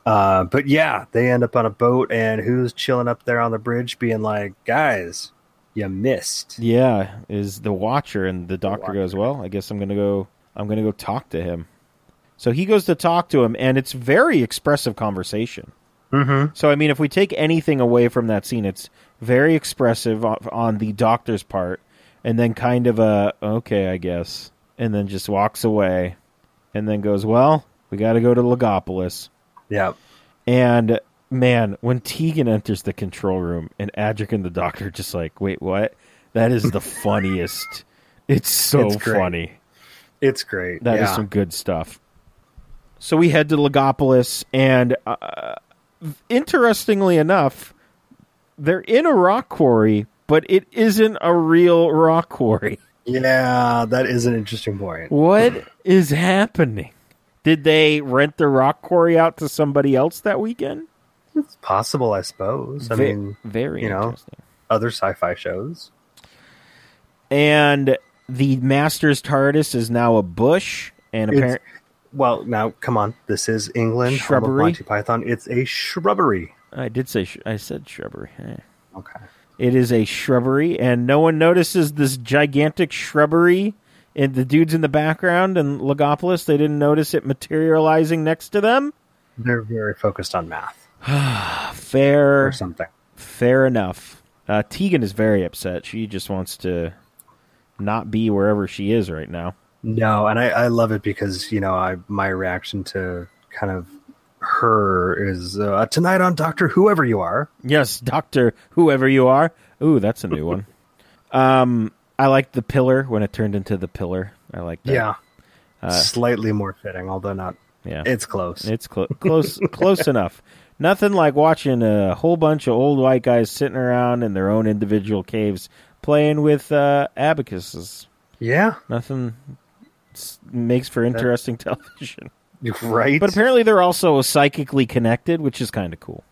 Uh, but yeah, they end up on a boat, and who's chilling up there on the bridge, being like, "Guys, you missed." Yeah, is the Watcher, and the Doctor goes, "Well, I guess I'm gonna go. I'm gonna go talk to him." So he goes to talk to him, and it's very expressive conversation. Mm-hmm. So I mean, if we take anything away from that scene, it's very expressive on, on the Doctor's part, and then kind of a okay, I guess, and then just walks away, and then goes, "Well, we got to go to Legopolis." Yeah, And man, when Tegan enters the control room and Adric and the doctor just like, wait, what? That is the funniest. It's so It's great. funny. it's great. That is yeah. some good stuff. So we head to Legopolis, and uh, interestingly enough, they're in a rock quarry, but it isn't a real rock quarry. yeah, that is an interesting point. What is happening? Did they rent the rock quarry out to somebody else that weekend? It's possible, I suppose. I Ve- mean, very you know. interesting. other sci-fi shows. And the master's TARDIS is now a bush, and It's- apparently, Well, now come on, this is England. home of Shrubbery? Monty Python. It's a shrubbery. I did say sh- I said shrubbery. Eh. Okay. It is a shrubbery, and no one notices this gigantic shrubbery. And the dudes in the background in Legopolis, they didn't notice it materializing next to them. Uh, They're very focused on math Fair, or something. fair enough. Uh, Tegan is very upset. She just wants to not be wherever she is right now. No, and I, I love it because you know I my reaction to kind of her is uh, tonight on Doctor Whoever you are. Yes, Doctor, whoever you are. Ooh, that's a new one. Um, I liked the pillar when it turned into the pillar. I like that. Yeah, slightly more fitting, although not. Uh, yeah. It's close. It's clo- close, close enough. Nothing like watching a whole bunch of old white guys sitting around in their own individual caves playing with uh, abacuses. yeah, Nothing s- makes for interesting television. you're right. But apparently, they're also psychically connected, which is kind of cool.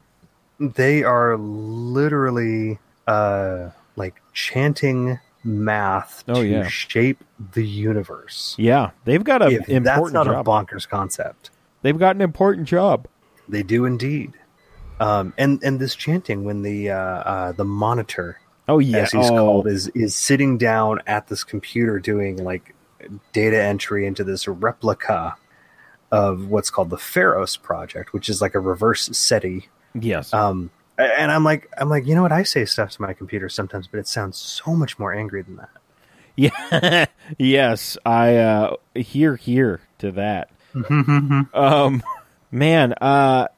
they are literally uh like chanting math Oh, to yeah. shape the universe. Yeah, they've got an If that's important not job. a bonkers concept. they've got an important job. They do indeed. Um, and and this chanting when the uh, uh, the monitor, Oh yeah, as he's oh, called, is is sitting down at this computer doing like data entry into this replica of what's called the Pharos project, which is like a reverse SETI. yes. Um, a- and I'm like, I'm like, you know what? I say stuff to my computer sometimes, but it sounds so much more angry than that. Yeah. yes, I uh hear hear to that. um man, uh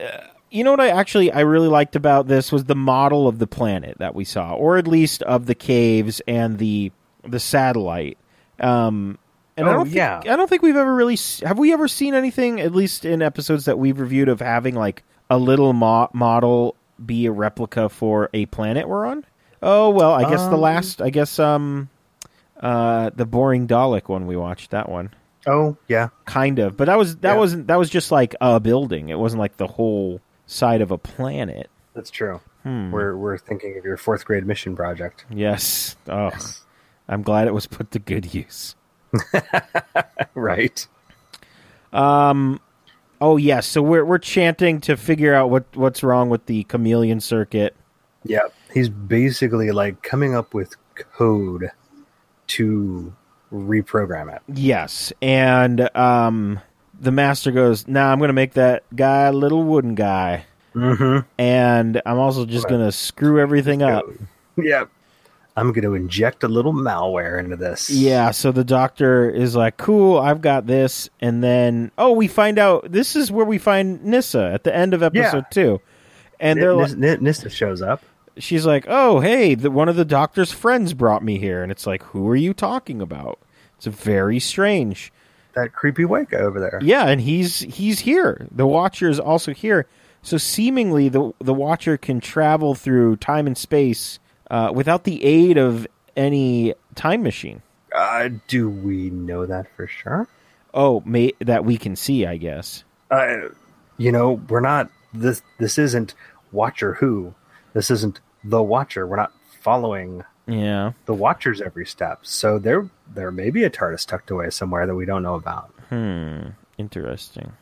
you know what I actually I really liked about this was the model of the planet that we saw or at least of the caves and the the satellite. Um and I Oh, don't think, yeah. I don't think we've ever really s- have we ever seen anything at least in episodes that we've reviewed of having like a little mo- model be a replica for a planet we're on. Oh well, I guess the Um, last I guess um uh the boring Dalek one we watched that one Oh yeah, kind of, but that was that Yeah. wasn't that was just like a building. It wasn't like the whole side of a planet. that's true. Hmm. We're we're thinking of your fourth grade mission project. Yes. Oh, I'm glad it was put to good use. right. Um. Oh yes. So we're we're chanting to figure out what what's wrong with the chameleon circuit. Yeah, he's basically like coming up with code to reprogram it. Yes, and um, the master goes, "Nah, I'm gonna make that guy a little wooden guy, Mm-hmm. and I'm also just Right. gonna screw everything up." Yeah, I'm going to inject a little malware into this. Yeah, so the doctor is like, "Cool, I've got this." And then, oh, we find out this is where we find Nissa at the end of episode 2. And and they're like, N- N- Nista shows up. she's like, "Oh, hey, the, one of the doctor's friends brought me here." And it's like, "Who are you talking about?" It's very strange. That creepy Weka over there. Yeah, and he's he's here. The Watcher is also here. So seemingly, the the Watcher can travel through time and space uh, without the aid of any time machine. Uh, do we know that for sure? Oh, may, that we can see, I guess. uh, you know, we're not this. This isn't Watcher Who. This isn't the Watcher. We're not following Yeah. the Watchers every step. So there there may be a TARDIS tucked away somewhere that we don't know about. Hmm. Interesting.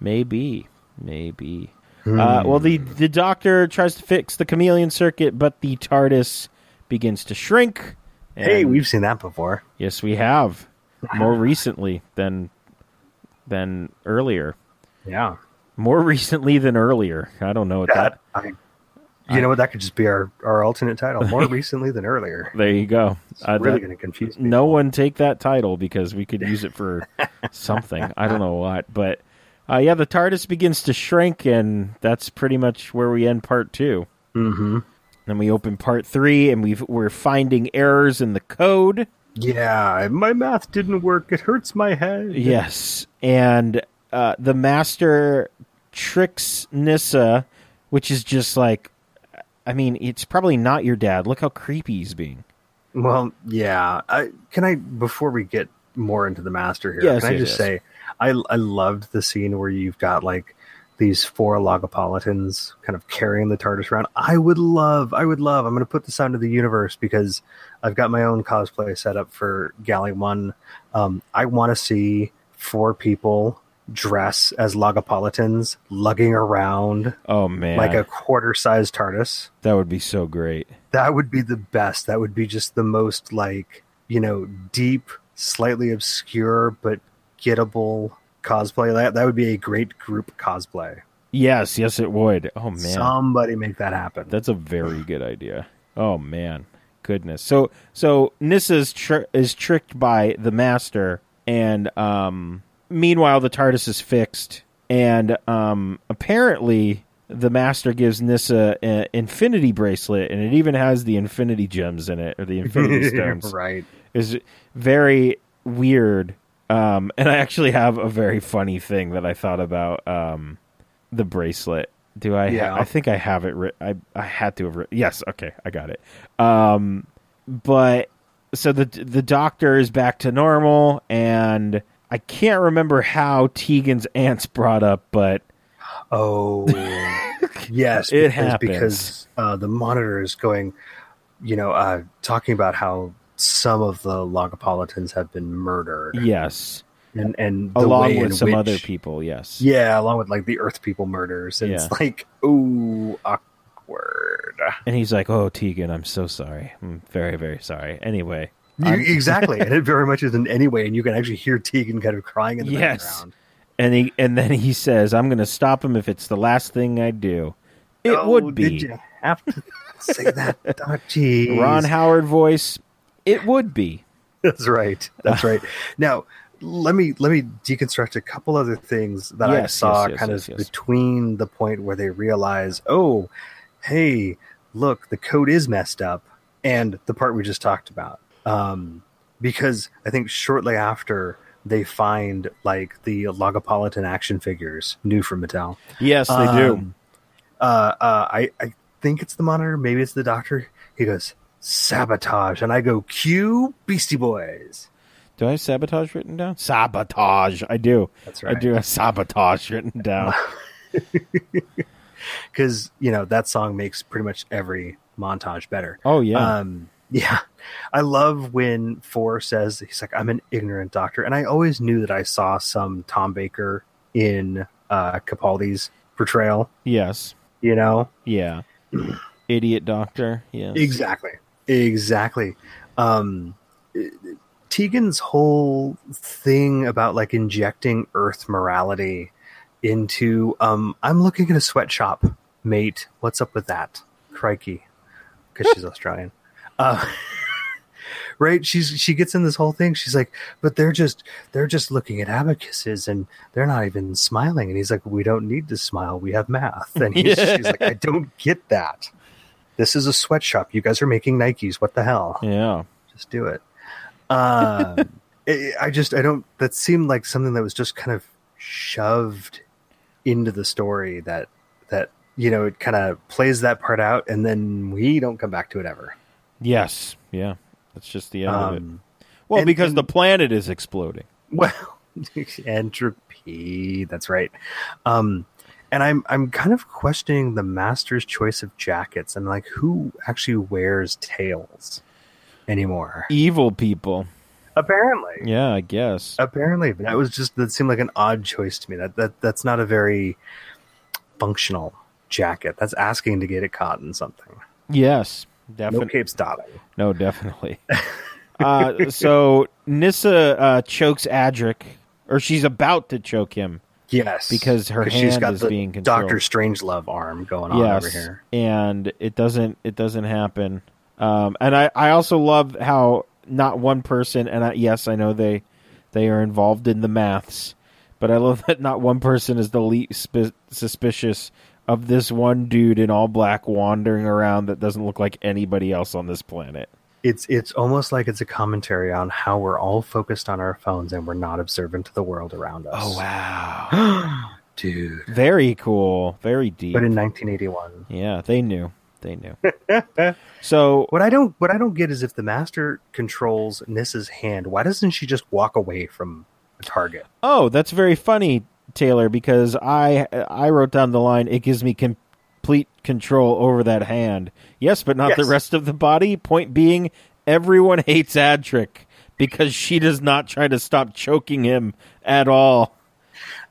Maybe. Maybe. Hmm. Uh, well, the the Doctor tries to fix the chameleon circuit, but the TARDIS begins to shrink. hey, and- we've seen that before. Yes, we have. More recently than than earlier. Yeah. More recently than earlier. I don't know what That that. I you know what that could just be our, our alternate title more recently than earlier. There you go. It's Uh, that- really going to confuse me. no one take that title because we could use it for something. I don't know what, but uh, yeah, the TARDIS begins to shrink, and that's pretty much where we end part two. Mhm. Then we open part three, and we've, we're finding errors in the code. Yeah, my math didn't work. It hurts my head. Yes, and uh, the master tricks Nissa, which is just like, I mean, it's probably not your dad. Look how creepy he's being. Well, yeah. I, can I before we get more into the master here? Yes, can I yes, just yes. say I I loved the scene where you've got like these four logopolitans kind of carrying the TARDIS around. I would love, I would love. I'm going to put this out into the universe because I've got my own cosplay set up for Galley One. Um, I want to see four people dress as logopolitans lugging around Oh man, like a quarter-sized TARDIS that would be so great. that would be the best that would be just the most like you know deep slightly obscure but gettable cosplay that, that would be a great group cosplay Yes, yes, it would. Oh man, somebody make that happen That's a very good idea. Oh man, goodness. So so Nissa is, tr- is tricked by the master, and um, meanwhile the TARDIS is fixed, and um, apparently the master gives Nissa an infinity bracelet, and it even has the infinity gems in it or the infinity stones. right Is very weird. Um, and I actually have a very funny thing that I thought about um, the bracelet. Do I? ha- Yeah. I think I have it. Ri- I I had to have. Ri- yes. Okay. I got it. Um, but so the the doctor is back to normal, and I can't remember how Tegan's aunts brought up, but oh yes It because, happens. because uh, the monitor is going you know uh, talking about how some of the logopolitans have been murdered yes, and and the along way in with some which- other people. Yes. Yeah, along with like the Earth people murders. And It's Yeah. like, ooh, awkward. And he's like, "Oh, Tegan, I'm so sorry. I'm very very sorry." Anyway. You, exactly. and it very much is in any way. And you can actually hear Tegan kind of crying in the Yes. background. And he and then he says, "I'm going to stop him if it's the last thing I do." It Oh, would be Did you have to say that? Oh, jeez. Ron Howard voice. It would be. That's right. That's right. Now, let me let me deconstruct a couple other things that I Yes, saw yes, yes, kind yes, of yes. between the point where they realize, oh, hey, look, the code is messed up, and the part we just talked about. Um, because I think shortly after they find like the Logopolitan action figures new from Mattel. Yes, they do. Um, Uh, uh, I, I think it's the monitor. Maybe it's the doctor. He goes, sabotage. And I go, cue Beastie Boys. Do I have sabotage written down? Sabotage. I do. That's I right. do have sabotage written down. Because, you know, that song makes pretty much every montage better. Oh yeah. Um, yeah. I love when Four says, he's like, I'm an ignorant doctor. And I always knew that I saw some Tom Baker in uh, Capaldi's portrayal, yes. you know? Yeah. Idiot doctor. Yeah. Exactly. Exactly. Um, Tegan's whole thing about like injecting Earth morality into um, I'm looking at a sweatshop, mate. What's up with that? Crikey, because she's Australian. Uh, right? She's she gets in this whole thing. She's like, but they're just they're just looking at abacuses and they're not even smiling. And he's like, we don't need to smile. We have math. And he's, she's like, I don't get that. This is a sweatshop. You guys are making Nikes. What the hell? Yeah. just do it. Um, i I just I don't. That seemed like something that was just kind of shoved into the story. That that you know it kind of plays that part out, and then we don't come back to it ever. Yes. Yeah. That's just the end of it. Um, Well, and- because and- the planet is exploding. well, entropy. That's right. Um, and I'm I'm kind of questioning the master's choice of jackets and like who actually wears tails. anymore. Evil people. Apparently. Yeah, I Uh, guess. Apparently, but that was just that seemed like an odd choice to me. That that that's not a very functional jacket. That's asking to get it caught in something. Yes, No definitely. cape stopping. No, definitely. uh, so Nissa uh, chokes Adric, or she's about to choke him. Yes, Because her hand is being controlled. Doctor Strange love arm going on yes, over here. and it doesn't. It doesn't happen. Um, and I, I also love how not one person. And I, yes, I know they they are involved in the maths, but I love that not one person is the least sp- suspicious of this one dude in all black wandering around that doesn't look like anybody else on this planet. It's it's almost like it's a commentary on how we're all focused on our phones and we're not observant to the world around us. Oh, wow. wow, dude! Very cool. Very deep. But in 1981, yeah, they knew. They knew. so what I don't what I don't get is if the master controls Nissa's hand, why doesn't she just walk away from the target? Oh, that's very funny, Taylor, because I I wrote down the line. It gives me complete control over that hand. Yes, but not Yes. the rest of the body. Point being, everyone hates Adric because she does not try to stop choking him at all.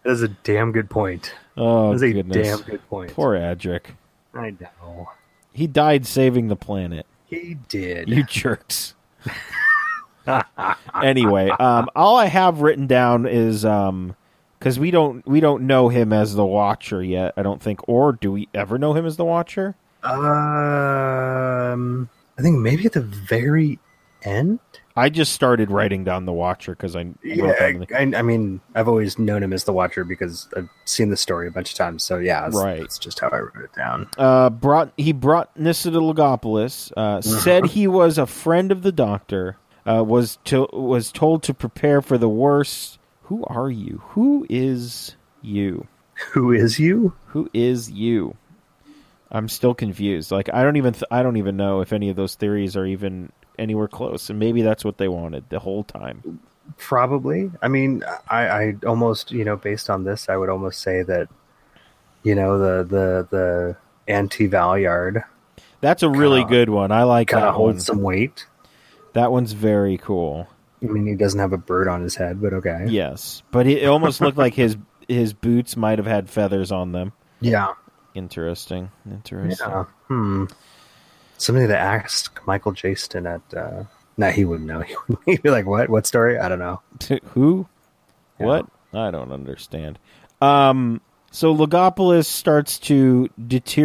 That is a damn good point. Oh That is a goodness! damn good point. Poor Adric. I know He died saving the planet. he did. You jerks. anyway, um, all I have written down is um, because we don't we don't know him as the Watcher yet. I don't think, or do we ever know him as the Watcher? Um, I think maybe at the very end. I just started writing down the Watcher because I wrote Yeah, down the- I, I mean, I've always known him as the Watcher because I've seen the story a bunch of times. So yeah, it's, Right. That's just how I wrote it down. uh, brought he brought Nissa to Legopolis. Uh, said he was a friend of the Doctor. Uh, was to was told to prepare for the worst. Who are you? Who is you? Who is you? who is you i'm still confused like i don't even th- i don't even know if any of those theories are even anywhere close and maybe that's what they wanted the whole time Probably. I mean, I, I almost you know based on this, I would almost say that you know the the the anti Valyard that's a really Kinda- good one i like kind that of one holds some weight. that one's very cool I mean, he doesn't have a bird on his head, but okay. yes but it, it almost looked like his his boots might have had feathers on them Yeah. interesting interesting Yeah. Hmm. Somebody that asked Michael Jaston at. Uh, no, he wouldn't know. He'd be like, "What? What story? I don't know." who Yeah. what i don't understand um so legopolis starts to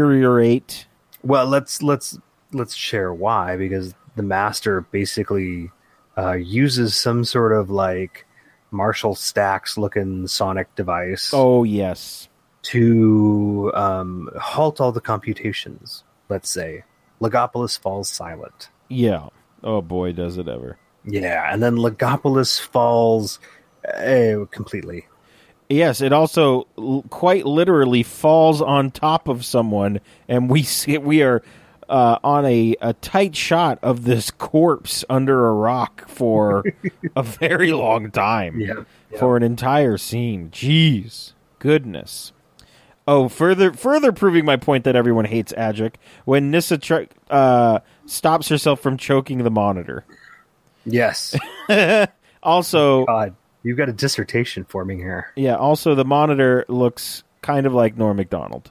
deteriorate Well, let's let's let's share why because the master basically uh, uses some sort of like Marshall Stacks looking sonic device oh yes to um, halt all the computations. Let's say Legopolis falls silent. Yeah. Oh boy, does it ever. Yeah, and then Legopolis falls uh, completely. Yes, it also l- quite literally falls on top of someone, and we see we are uh, on a, a tight shot of this corpse under a rock for a very long time. Yeah, yeah. For an entire scene. Jeez. Goodness. Oh, further further proving my point that everyone hates Adric, when Nissa tr- uh, stops herself from choking the monitor. Yes. Also, God, you've got a dissertation forming here. Yeah. Also, the monitor looks kind of like Norm Macdonald.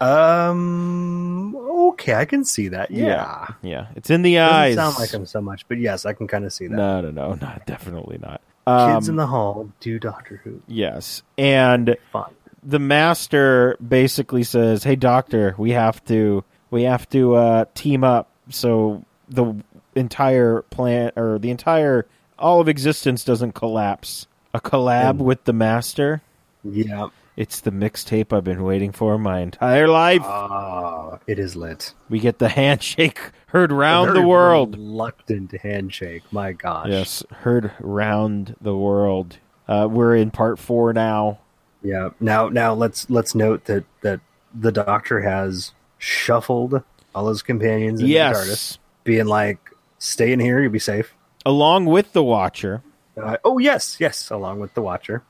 Um. Okay, I can see that. Yeah. Yeah. It's in the Doesn't eyes. sound like him so much, but yes, I can kind of see that. No, no, no, not definitely not. Kids Um, in the hall do Doctor Who. yes, and Fun. the master basically says, "Hey, doctor, we have to, we have to uh, team up." So the entire plant or the entire all of existence doesn't collapse. A collab And- with the master. Yeah. It's the mixtape I've been waiting for my entire life. Ah, it is lit. we get the handshake heard round the Very world. Reluctant handshake. My gosh. Yes, heard round the world. Uh, we're in part four now. Yeah. Now, now let's let's note that that the Doctor has shuffled all his companions. Into yes, The TARDIS, being like, "Stay in here. You'll be safe." along with the Watcher, Uh, oh yes, yes. Along with the Watcher.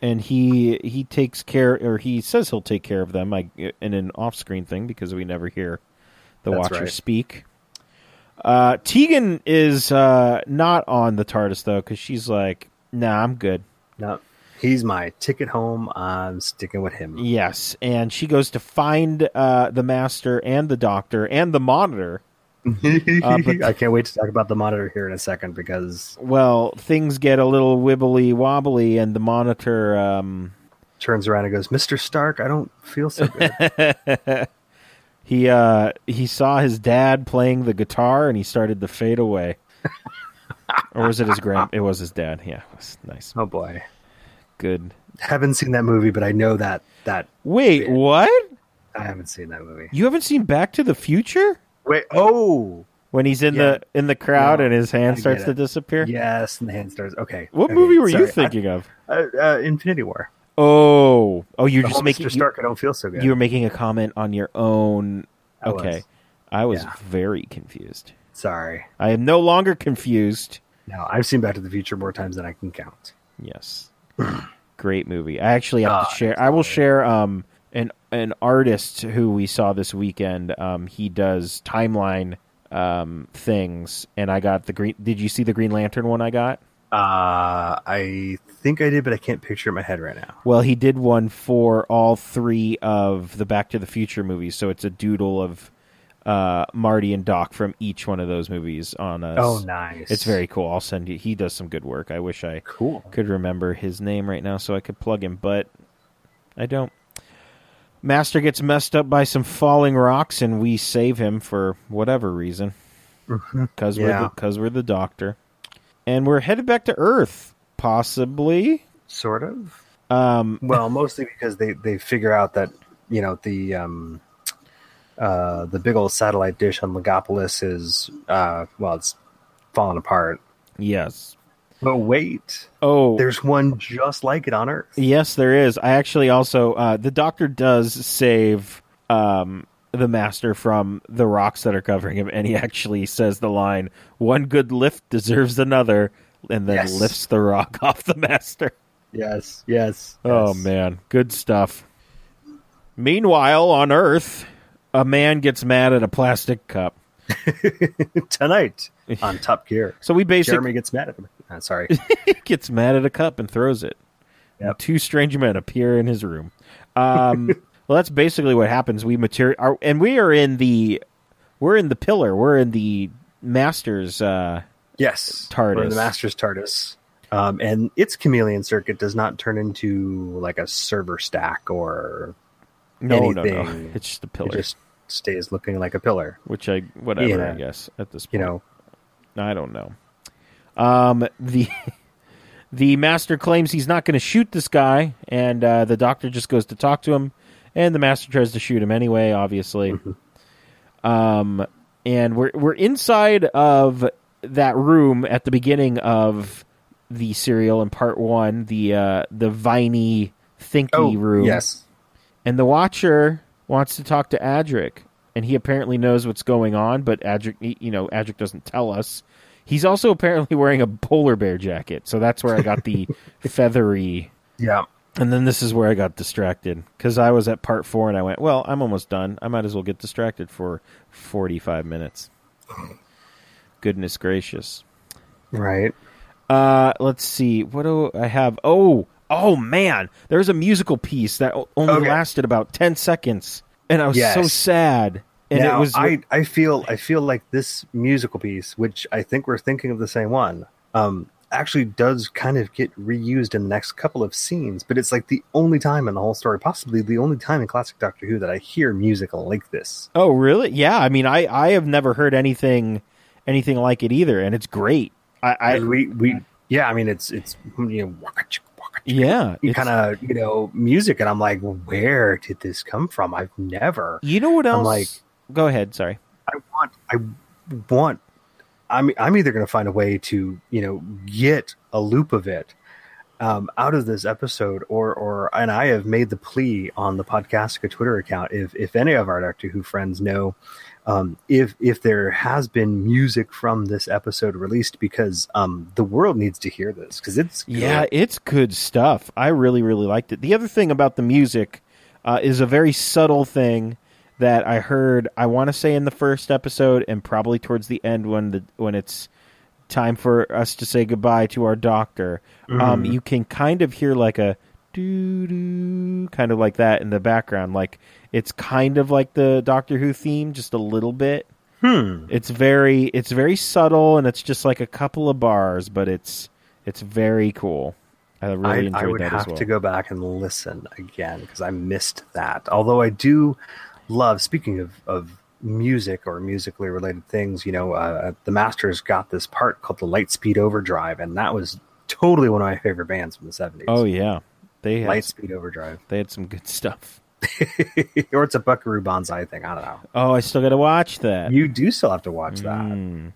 and he he takes care, or he says he'll take care of them. I, in an off-screen thing because we never hear the That's Watcher right. speak. Uh, Tegan is uh, not on the TARDIS though, because she's like, "Nah, I'm good." No, he's my ticket home. I'm sticking with him. Yes, and she goes to find uh, the master and the doctor and the monitor. Uh, but- I can't wait to talk about the monitor here in a second because Well, things get a little wibbly wobbly, and the monitor um, turns around and goes, Mr. Stark, I don't feel so good. he uh, he saw his dad playing the guitar, and he started to fade away. or was it his grand? It was his dad. Yeah, it was nice, oh boy. good. Haven't seen that movie, but I know that that Wait, what? I haven't seen that movie. You haven't seen Back to the Future? Wait, oh When he's in Yeah. the in the crowd No, and his hand I starts get to it. disappear. yes, and the hand stars. Okay, What okay, movie were you sorry. I- thinking of? uh, uh, Infinity War. Oh, oh, you're The just whole making Mr. Stark. I don't feel so good. you, you were making a comment on your own. I was. okay, I was Yeah. very confused. Sorry. I am no longer confused. No, I've seen Back to the Future more times than I can count. Yes, great movie. I actually have Ah, to share. I will share um an an artist who we saw this weekend. Um, he does timeline um things, and I got the green. Did you see the Green Lantern one I got? Uh, I think I did, but I can't picture it in my head right now. Well, he did one for all three of the Back to the Future movies, so it's a doodle of uh, Marty and Doc from each one of those movies on us. Oh, nice. It's very cool. I'll send you. He does some good work. I wish I cool. could remember his name right now so I could plug him, but I don't. Master gets messed up by some falling rocks, and we save him for whatever reason. Because Mm-hmm. Yeah. we're, because we're the doctor. And we're headed back to Earth, possibly. Sort of. Um, Well, mostly because they they figure out that you know the um uh the big old satellite dish on Legopolis is uh well it's falling apart. yes. But wait, Oh, there's one just like it on Earth. yes, there is. I actually also uh, the Doctor does save um, the Master from the rocks that are covering him, and he actually says the line, "One good lift deserves another," and then Yes. lifts the rock off the Master. Yes, yes. Oh yes. man, good stuff. Meanwhile, on Earth, a man gets mad at a plastic cup. Tonight on Top Gear, So we basically Jeremy gets mad at him. Uh, sorry. gets mad at a cup and throws it. Yep. Two strange men appear in his room. Um, well, that's basically what happens. We material, are, and we are in the, we're in the pillar. We're in the master's. Uh, Yes, TARDIS. or the Master's TARDIS. Um, and its chameleon circuit does not turn into like a server stack or no, no, no. Anything. It's just the it pillar, just stays looking like a pillar. which I whatever Yeah. I guess at this You point. know, I don't know. Um, the the master claims he's not going to shoot this guy, and uh, the doctor just goes to talk to him, and the master tries to shoot him anyway. Obviously, um, and we're we're inside of that room at the beginning of the serial in part one, the uh, the viney thinky room, Oh, yes, and the Watcher wants to talk to Adric, and he apparently knows what's going on, but Adric, y- you know, Adric doesn't tell us. He's also apparently wearing a polar bear jacket, so that's where I got the feathery. yeah. And then this is where I got distracted because I was at part four and I went, "Well, I'm almost done. I might as well get distracted for 45 minutes." Goodness gracious! Right. Uh, let's see. What do I have? Oh, oh man, there was a musical piece that o- only Okay. lasted about ten seconds, and I was so Yes. sad. And now it was I, I feel I feel like this musical piece, which I think we're thinking of the same one, um, actually does kind of get reused in the next couple of scenes, but it's like the only time in the whole story, possibly the only time in classic Doctor Who that I hear music like this. oh really? Yeah. I mean, I I have never heard anything anything like it either, and it's great. I, I we we yeah, I mean it's it's you know waka chicka, waka chicka, yeah. it's- kind of you know music, and I'm like, where did this come from? I've never. You know what I'm else? like- Go ahead. Sorry. I want I want I'm I'm either going to find a way to you know get a loop of it um, out of this episode or or and I have made the plea on the Podcastica Twitter account if if any of our Doctor Who friends know um, if if there has been music from this episode released because um, the world needs to hear this because it's good. Yeah, it's good stuff. I really, really liked it. The other thing about the music uh, is a very subtle thing that I heard. I want to say in the first episode, and probably towards the end when the when it's time for us to say goodbye to our doctor. Mm-hmm. Um, you can kind of hear like a doo doo, kind of like that in the background. Like it's kind of like the Doctor Who theme, just a little bit. Hmm. It's very it's very subtle, and it's just like a couple of bars, but it's it's very cool. I really enjoyed I, I would that have as well. to go back and listen again because I missed that. Although I do love, speaking of, of music or musically related things, you know, uh, the Masters got this part called the Lightspeed Overdrive, and that was totally one of my favorite bands from the 70s. Oh yeah, they had Lightspeed Overdrive. they had some good stuff. or it's a Buckaroo Banzai thing. I don't know. Oh, I still got to watch that. You do still have to watch that. Uh, Mm.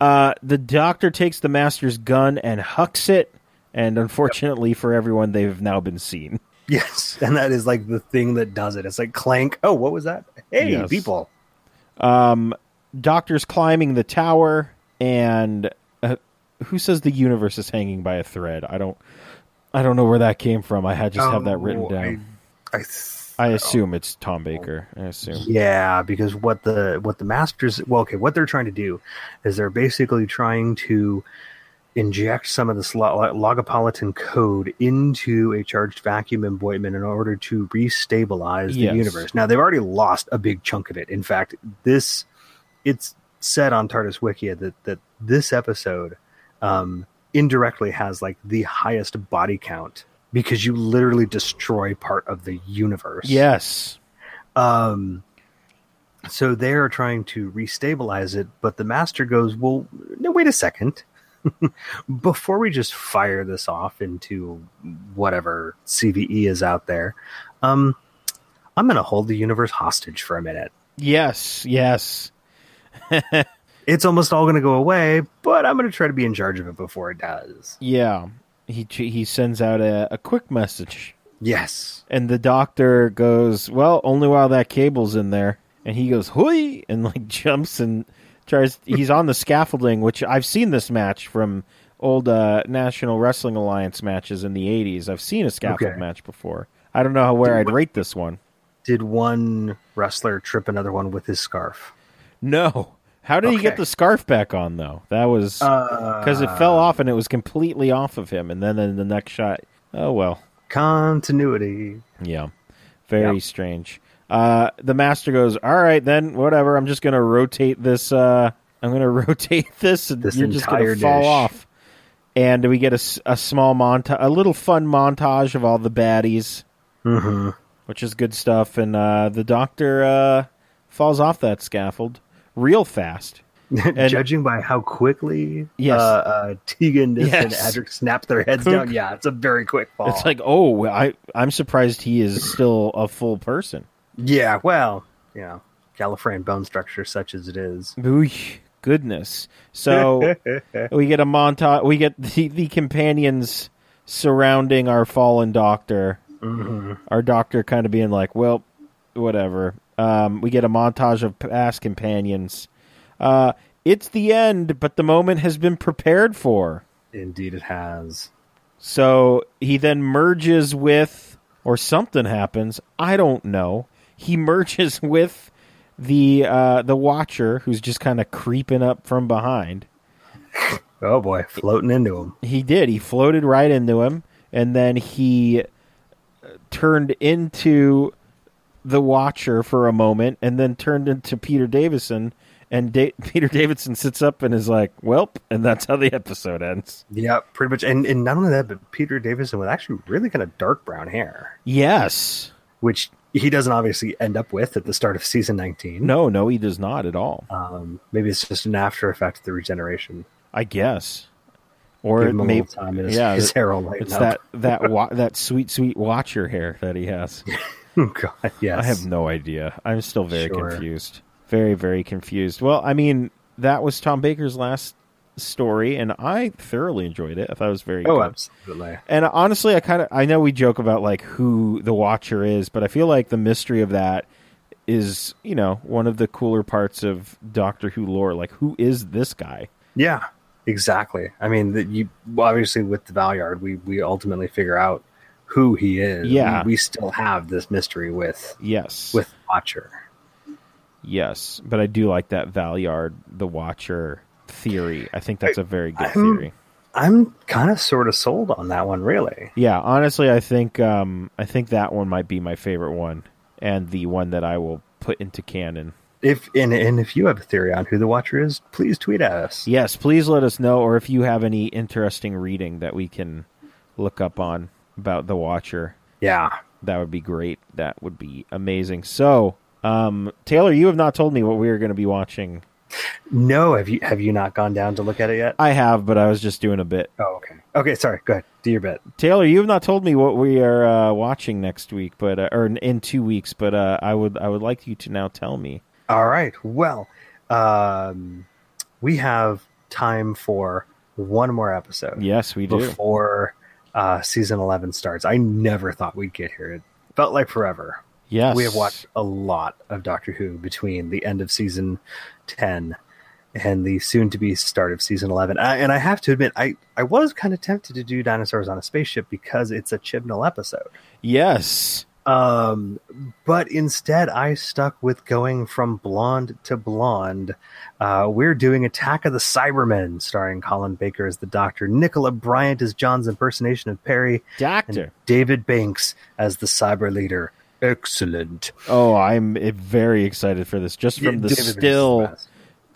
Uh, the doctor takes the master's gun and hucks it, and unfortunately for everyone, they've now been seen. Yes. And that is like the thing that does it. It's like clank. Oh, what was that? Hey, Yes. people. Um, doctor's climbing the tower, and uh, who says the universe is hanging by a thread? I don't, I don't know where that came from. I had just have that written Oh, down. I, I th- I, assume it's Tom Baker. I assume. Yeah, because what the what the masters well, okay, what they're trying to do is they're basically trying to inject some of this lo- lo- logopolitan code into a charged vacuum embodiment in order to restabilize the Yes. universe. Now they've already lost a big chunk of it. In fact, this it's said on TARDIS Wikia that that this episode um, indirectly has like the highest body count because you literally destroy part of the universe. Yes. Um, so they are trying to restabilize it, but the master goes, "Well, no, wait a second. Before we just fire this off into whatever CVE is out there, um, I'm going to hold the universe hostage for a minute. Yes. Yes. It's almost all going to go away, but I'm going to try to be in charge of it before it does." Yeah. He he sends out a, a quick message Yes. And the doctor goes, "Well, only while that cable's in there." And he goes, "Hui!" and like jumps and tries. He's on the scaffolding, which I've seen this match from old uh, National Wrestling Alliance matches in the '80s. I've seen a scaffold Okay. match before. I don't know how, where I'd rate this one. Did one wrestler trip another one with his scarf? No. How did he get Okay. Uh, the scarf back on though? That was because Because it fell off and it was completely off of him. And then in the next shot, oh well. Continuity. Yeah. Very strange. Uh, the master goes, "All right, then whatever. I'm just going to rotate this uh I'm going to rotate this and This you're just going entire to fall dish. off." And we get a, s- a small montage, a little fun montage of all the baddies, Mm-hmm. which is good stuff and uh the doctor uh falls off that scaffold real fast. And- Judging by how quickly Yes. uh, uh, Tegan Nist and Yes. Adric snap their heads Cook. down, yeah, it's a very quick fall. It's like, "Oh, I I'm surprised he is still a full person." yeah, well, you know, Gallifreyan bone structure, such as it is. Ooh, goodness. So we get a montage. We get the, the companions surrounding our fallen doctor. Our doctor kind of being like, "Well, whatever." Um, we get a montage of past companions. Uh, it's the end, but the moment has been prepared for. Indeed, it has. So he then merges with, or something happens. I don't know. He merges with the uh, the Watcher, who's just kind of creeping up from behind. Oh boy, floating into him. He did. He floated right into him, and then he uh, turned into the Watcher for a moment, and then turned into Peter Davison. And da- Peter Davidson sits up and is like, "Welp," and that's how the episode ends. Yeah, pretty much. And, and not only that, but Peter Davison with actually really kind of dark brown hair, Yes. which he doesn't obviously end up with at the start of season 19. No, no, he does not at all. Um, maybe it's just an after effect of the regeneration. I guess. Or Give him a maybe little time and his, yeah, his hair will lighten it's up. that that wa- that sweet sweet watcher hair that he has. Oh, God, yes. I have no idea. I'm still very Sure. confused. Very very confused. Well, I mean, that was Tom Baker's last story and I thoroughly enjoyed it. I thought it was very Oh, good. absolutely. And honestly, I kind of I know we joke about like who the watcher is, but I feel like the mystery of that is, you know, one of the cooler parts of Doctor Who lore. Like who is this guy? Yeah, exactly. I mean, that you well, obviously with the Valyard, we we ultimately figure out who he is. Yeah. we, we still have this mystery with Yes. with Watcher. Yes, but I do like that Valyard the Watcher theory. I think that's a very good I'm- theory. I'm kind of sort of sold on that one, really. Yeah, honestly, I think um, I think that one might be my favorite one, and the one that I will put into canon. If and, and if you have a theory on who the Watcher is, please tweet at us. Yes, please let us know, or if you have any interesting reading that we can look up on about the Watcher, Yeah, that would be great. That would be amazing. So, um, Taylor, you have not told me what we are going to be watching. No, have you have you not gone down to look at it yet? I have, but I was just doing a bit. Oh, okay. Okay, sorry. Go ahead. Do your bit. Taylor, you have not told me what we are uh, watching next week, but uh, or in, in two weeks. But uh, I would I would like you to now tell me. All right. Well, um, we have time for one more episode Yes, we do. before uh, season eleven starts. I never thought we'd get here. It felt like forever. Yes, We have watched a lot of Doctor Who between the end of season ten and the soon-to-be start of season eleven. I, and I have to admit, I I was kind of tempted to do Dinosaurs on a Spaceship because it's a Chibnall episode. Yes, Um, but instead, I stuck with going from blonde to blonde. Uh, we're doing Attack of the Cybermen, starring Colin Baker as the Doctor, Nicola Bryant as John's impersonation of Perry, and Doctor. David Banks as the Cyber Leader. Excellent. Oh, I'm eh, very excited for this. Just from Yeah, the David Banks is the still, the,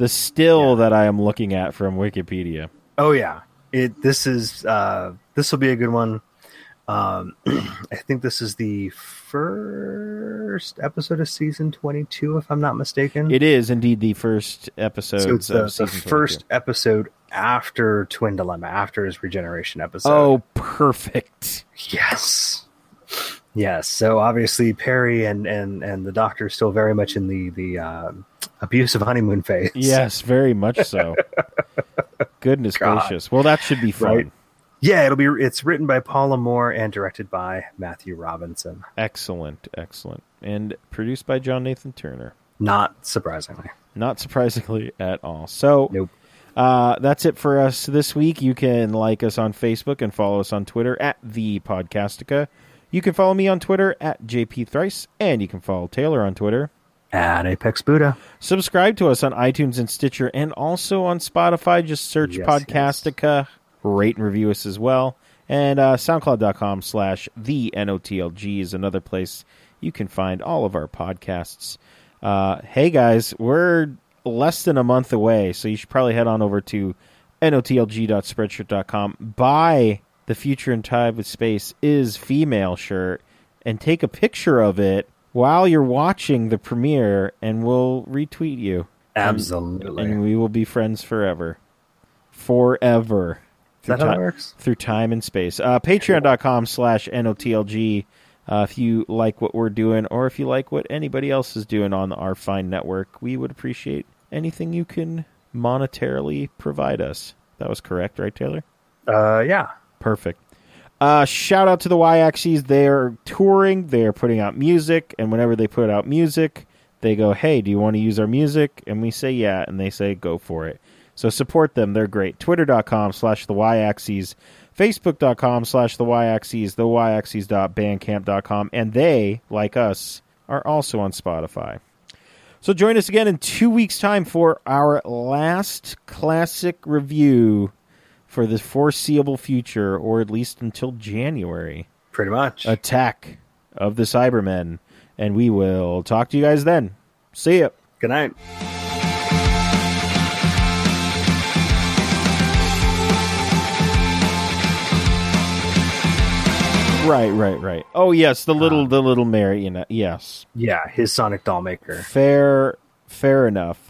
best. still Yeah. that I am looking at from Wikipedia. Oh yeah, it. This is uh, this will be a good one. Um, I think this is the first episode of season twenty-two, if I'm not mistaken. It is indeed the first episode so it's of the, the season first episode after Twin Dilemma, after his regeneration 22. episode. Oh, perfect. yes, yes. So obviously Perry and and and the Doctor are still very much in the the um abusive honeymoon phase. Yes, very much so. Goodness God. gracious. Well, that should be fun. Right? yeah. It'll be it's written by Paula Moore and directed by Matthew Robinson. Excellent, excellent, and produced by John Nathan Turner. Not surprisingly. Not surprisingly at all. So, Nope. Uh, that's it for us this week. You can like us on Facebook and follow us on Twitter at the Podcastica. You can follow me on Twitter at JP Thrice, and you can follow Taylor on Twitter. At Apex Buddha. Subscribe to us on iTunes and Stitcher, and also on Spotify. Just search Yes, Podcastica. Rate and review us as well. And uh, SoundCloud.com slash the NOTLG is another place you can find all of our podcasts. Uh, hey guys, we're less than a month away, so you should probably head on over to NOTLG.spreadshirt.com. Buy the Future in Time with Space is female shirt and take a picture of it while you're watching the premiere, and we'll retweet you. Absolutely. And we will be friends forever. Forever. Is that Through how ti- it works? Through time and space. Uh, Patreon.com slash NOTLG. Uh, if you like what we're doing or if you like what anybody else is doing on our fine network, we would appreciate anything you can monetarily provide us. That was correct, right, Taylor? uh, yeah. Perfect. Uh, shout out to the Y Axes. They're touring. They're putting out music, and whenever they put out music, they go, "Hey, do you want to use our music?" And we say, "Yeah," and they say, "Go for it." So support them. They're great. Twitter.com slash the Y Axes, Facebook.com slash the Y Axes, the Y Axes.bandcamp.com, and they, like us, are also on Spotify. So join us again in two weeks' time for our last classic review for the foreseeable future, or at least until January. Pretty much. Uh, Attack of the Cybermen. And we will talk to you guys then. See ya. Good night. Right, right, right. Oh yes, the little the little Mary, you know, yes. Yeah, his Sonic doll maker. Fair fair enough.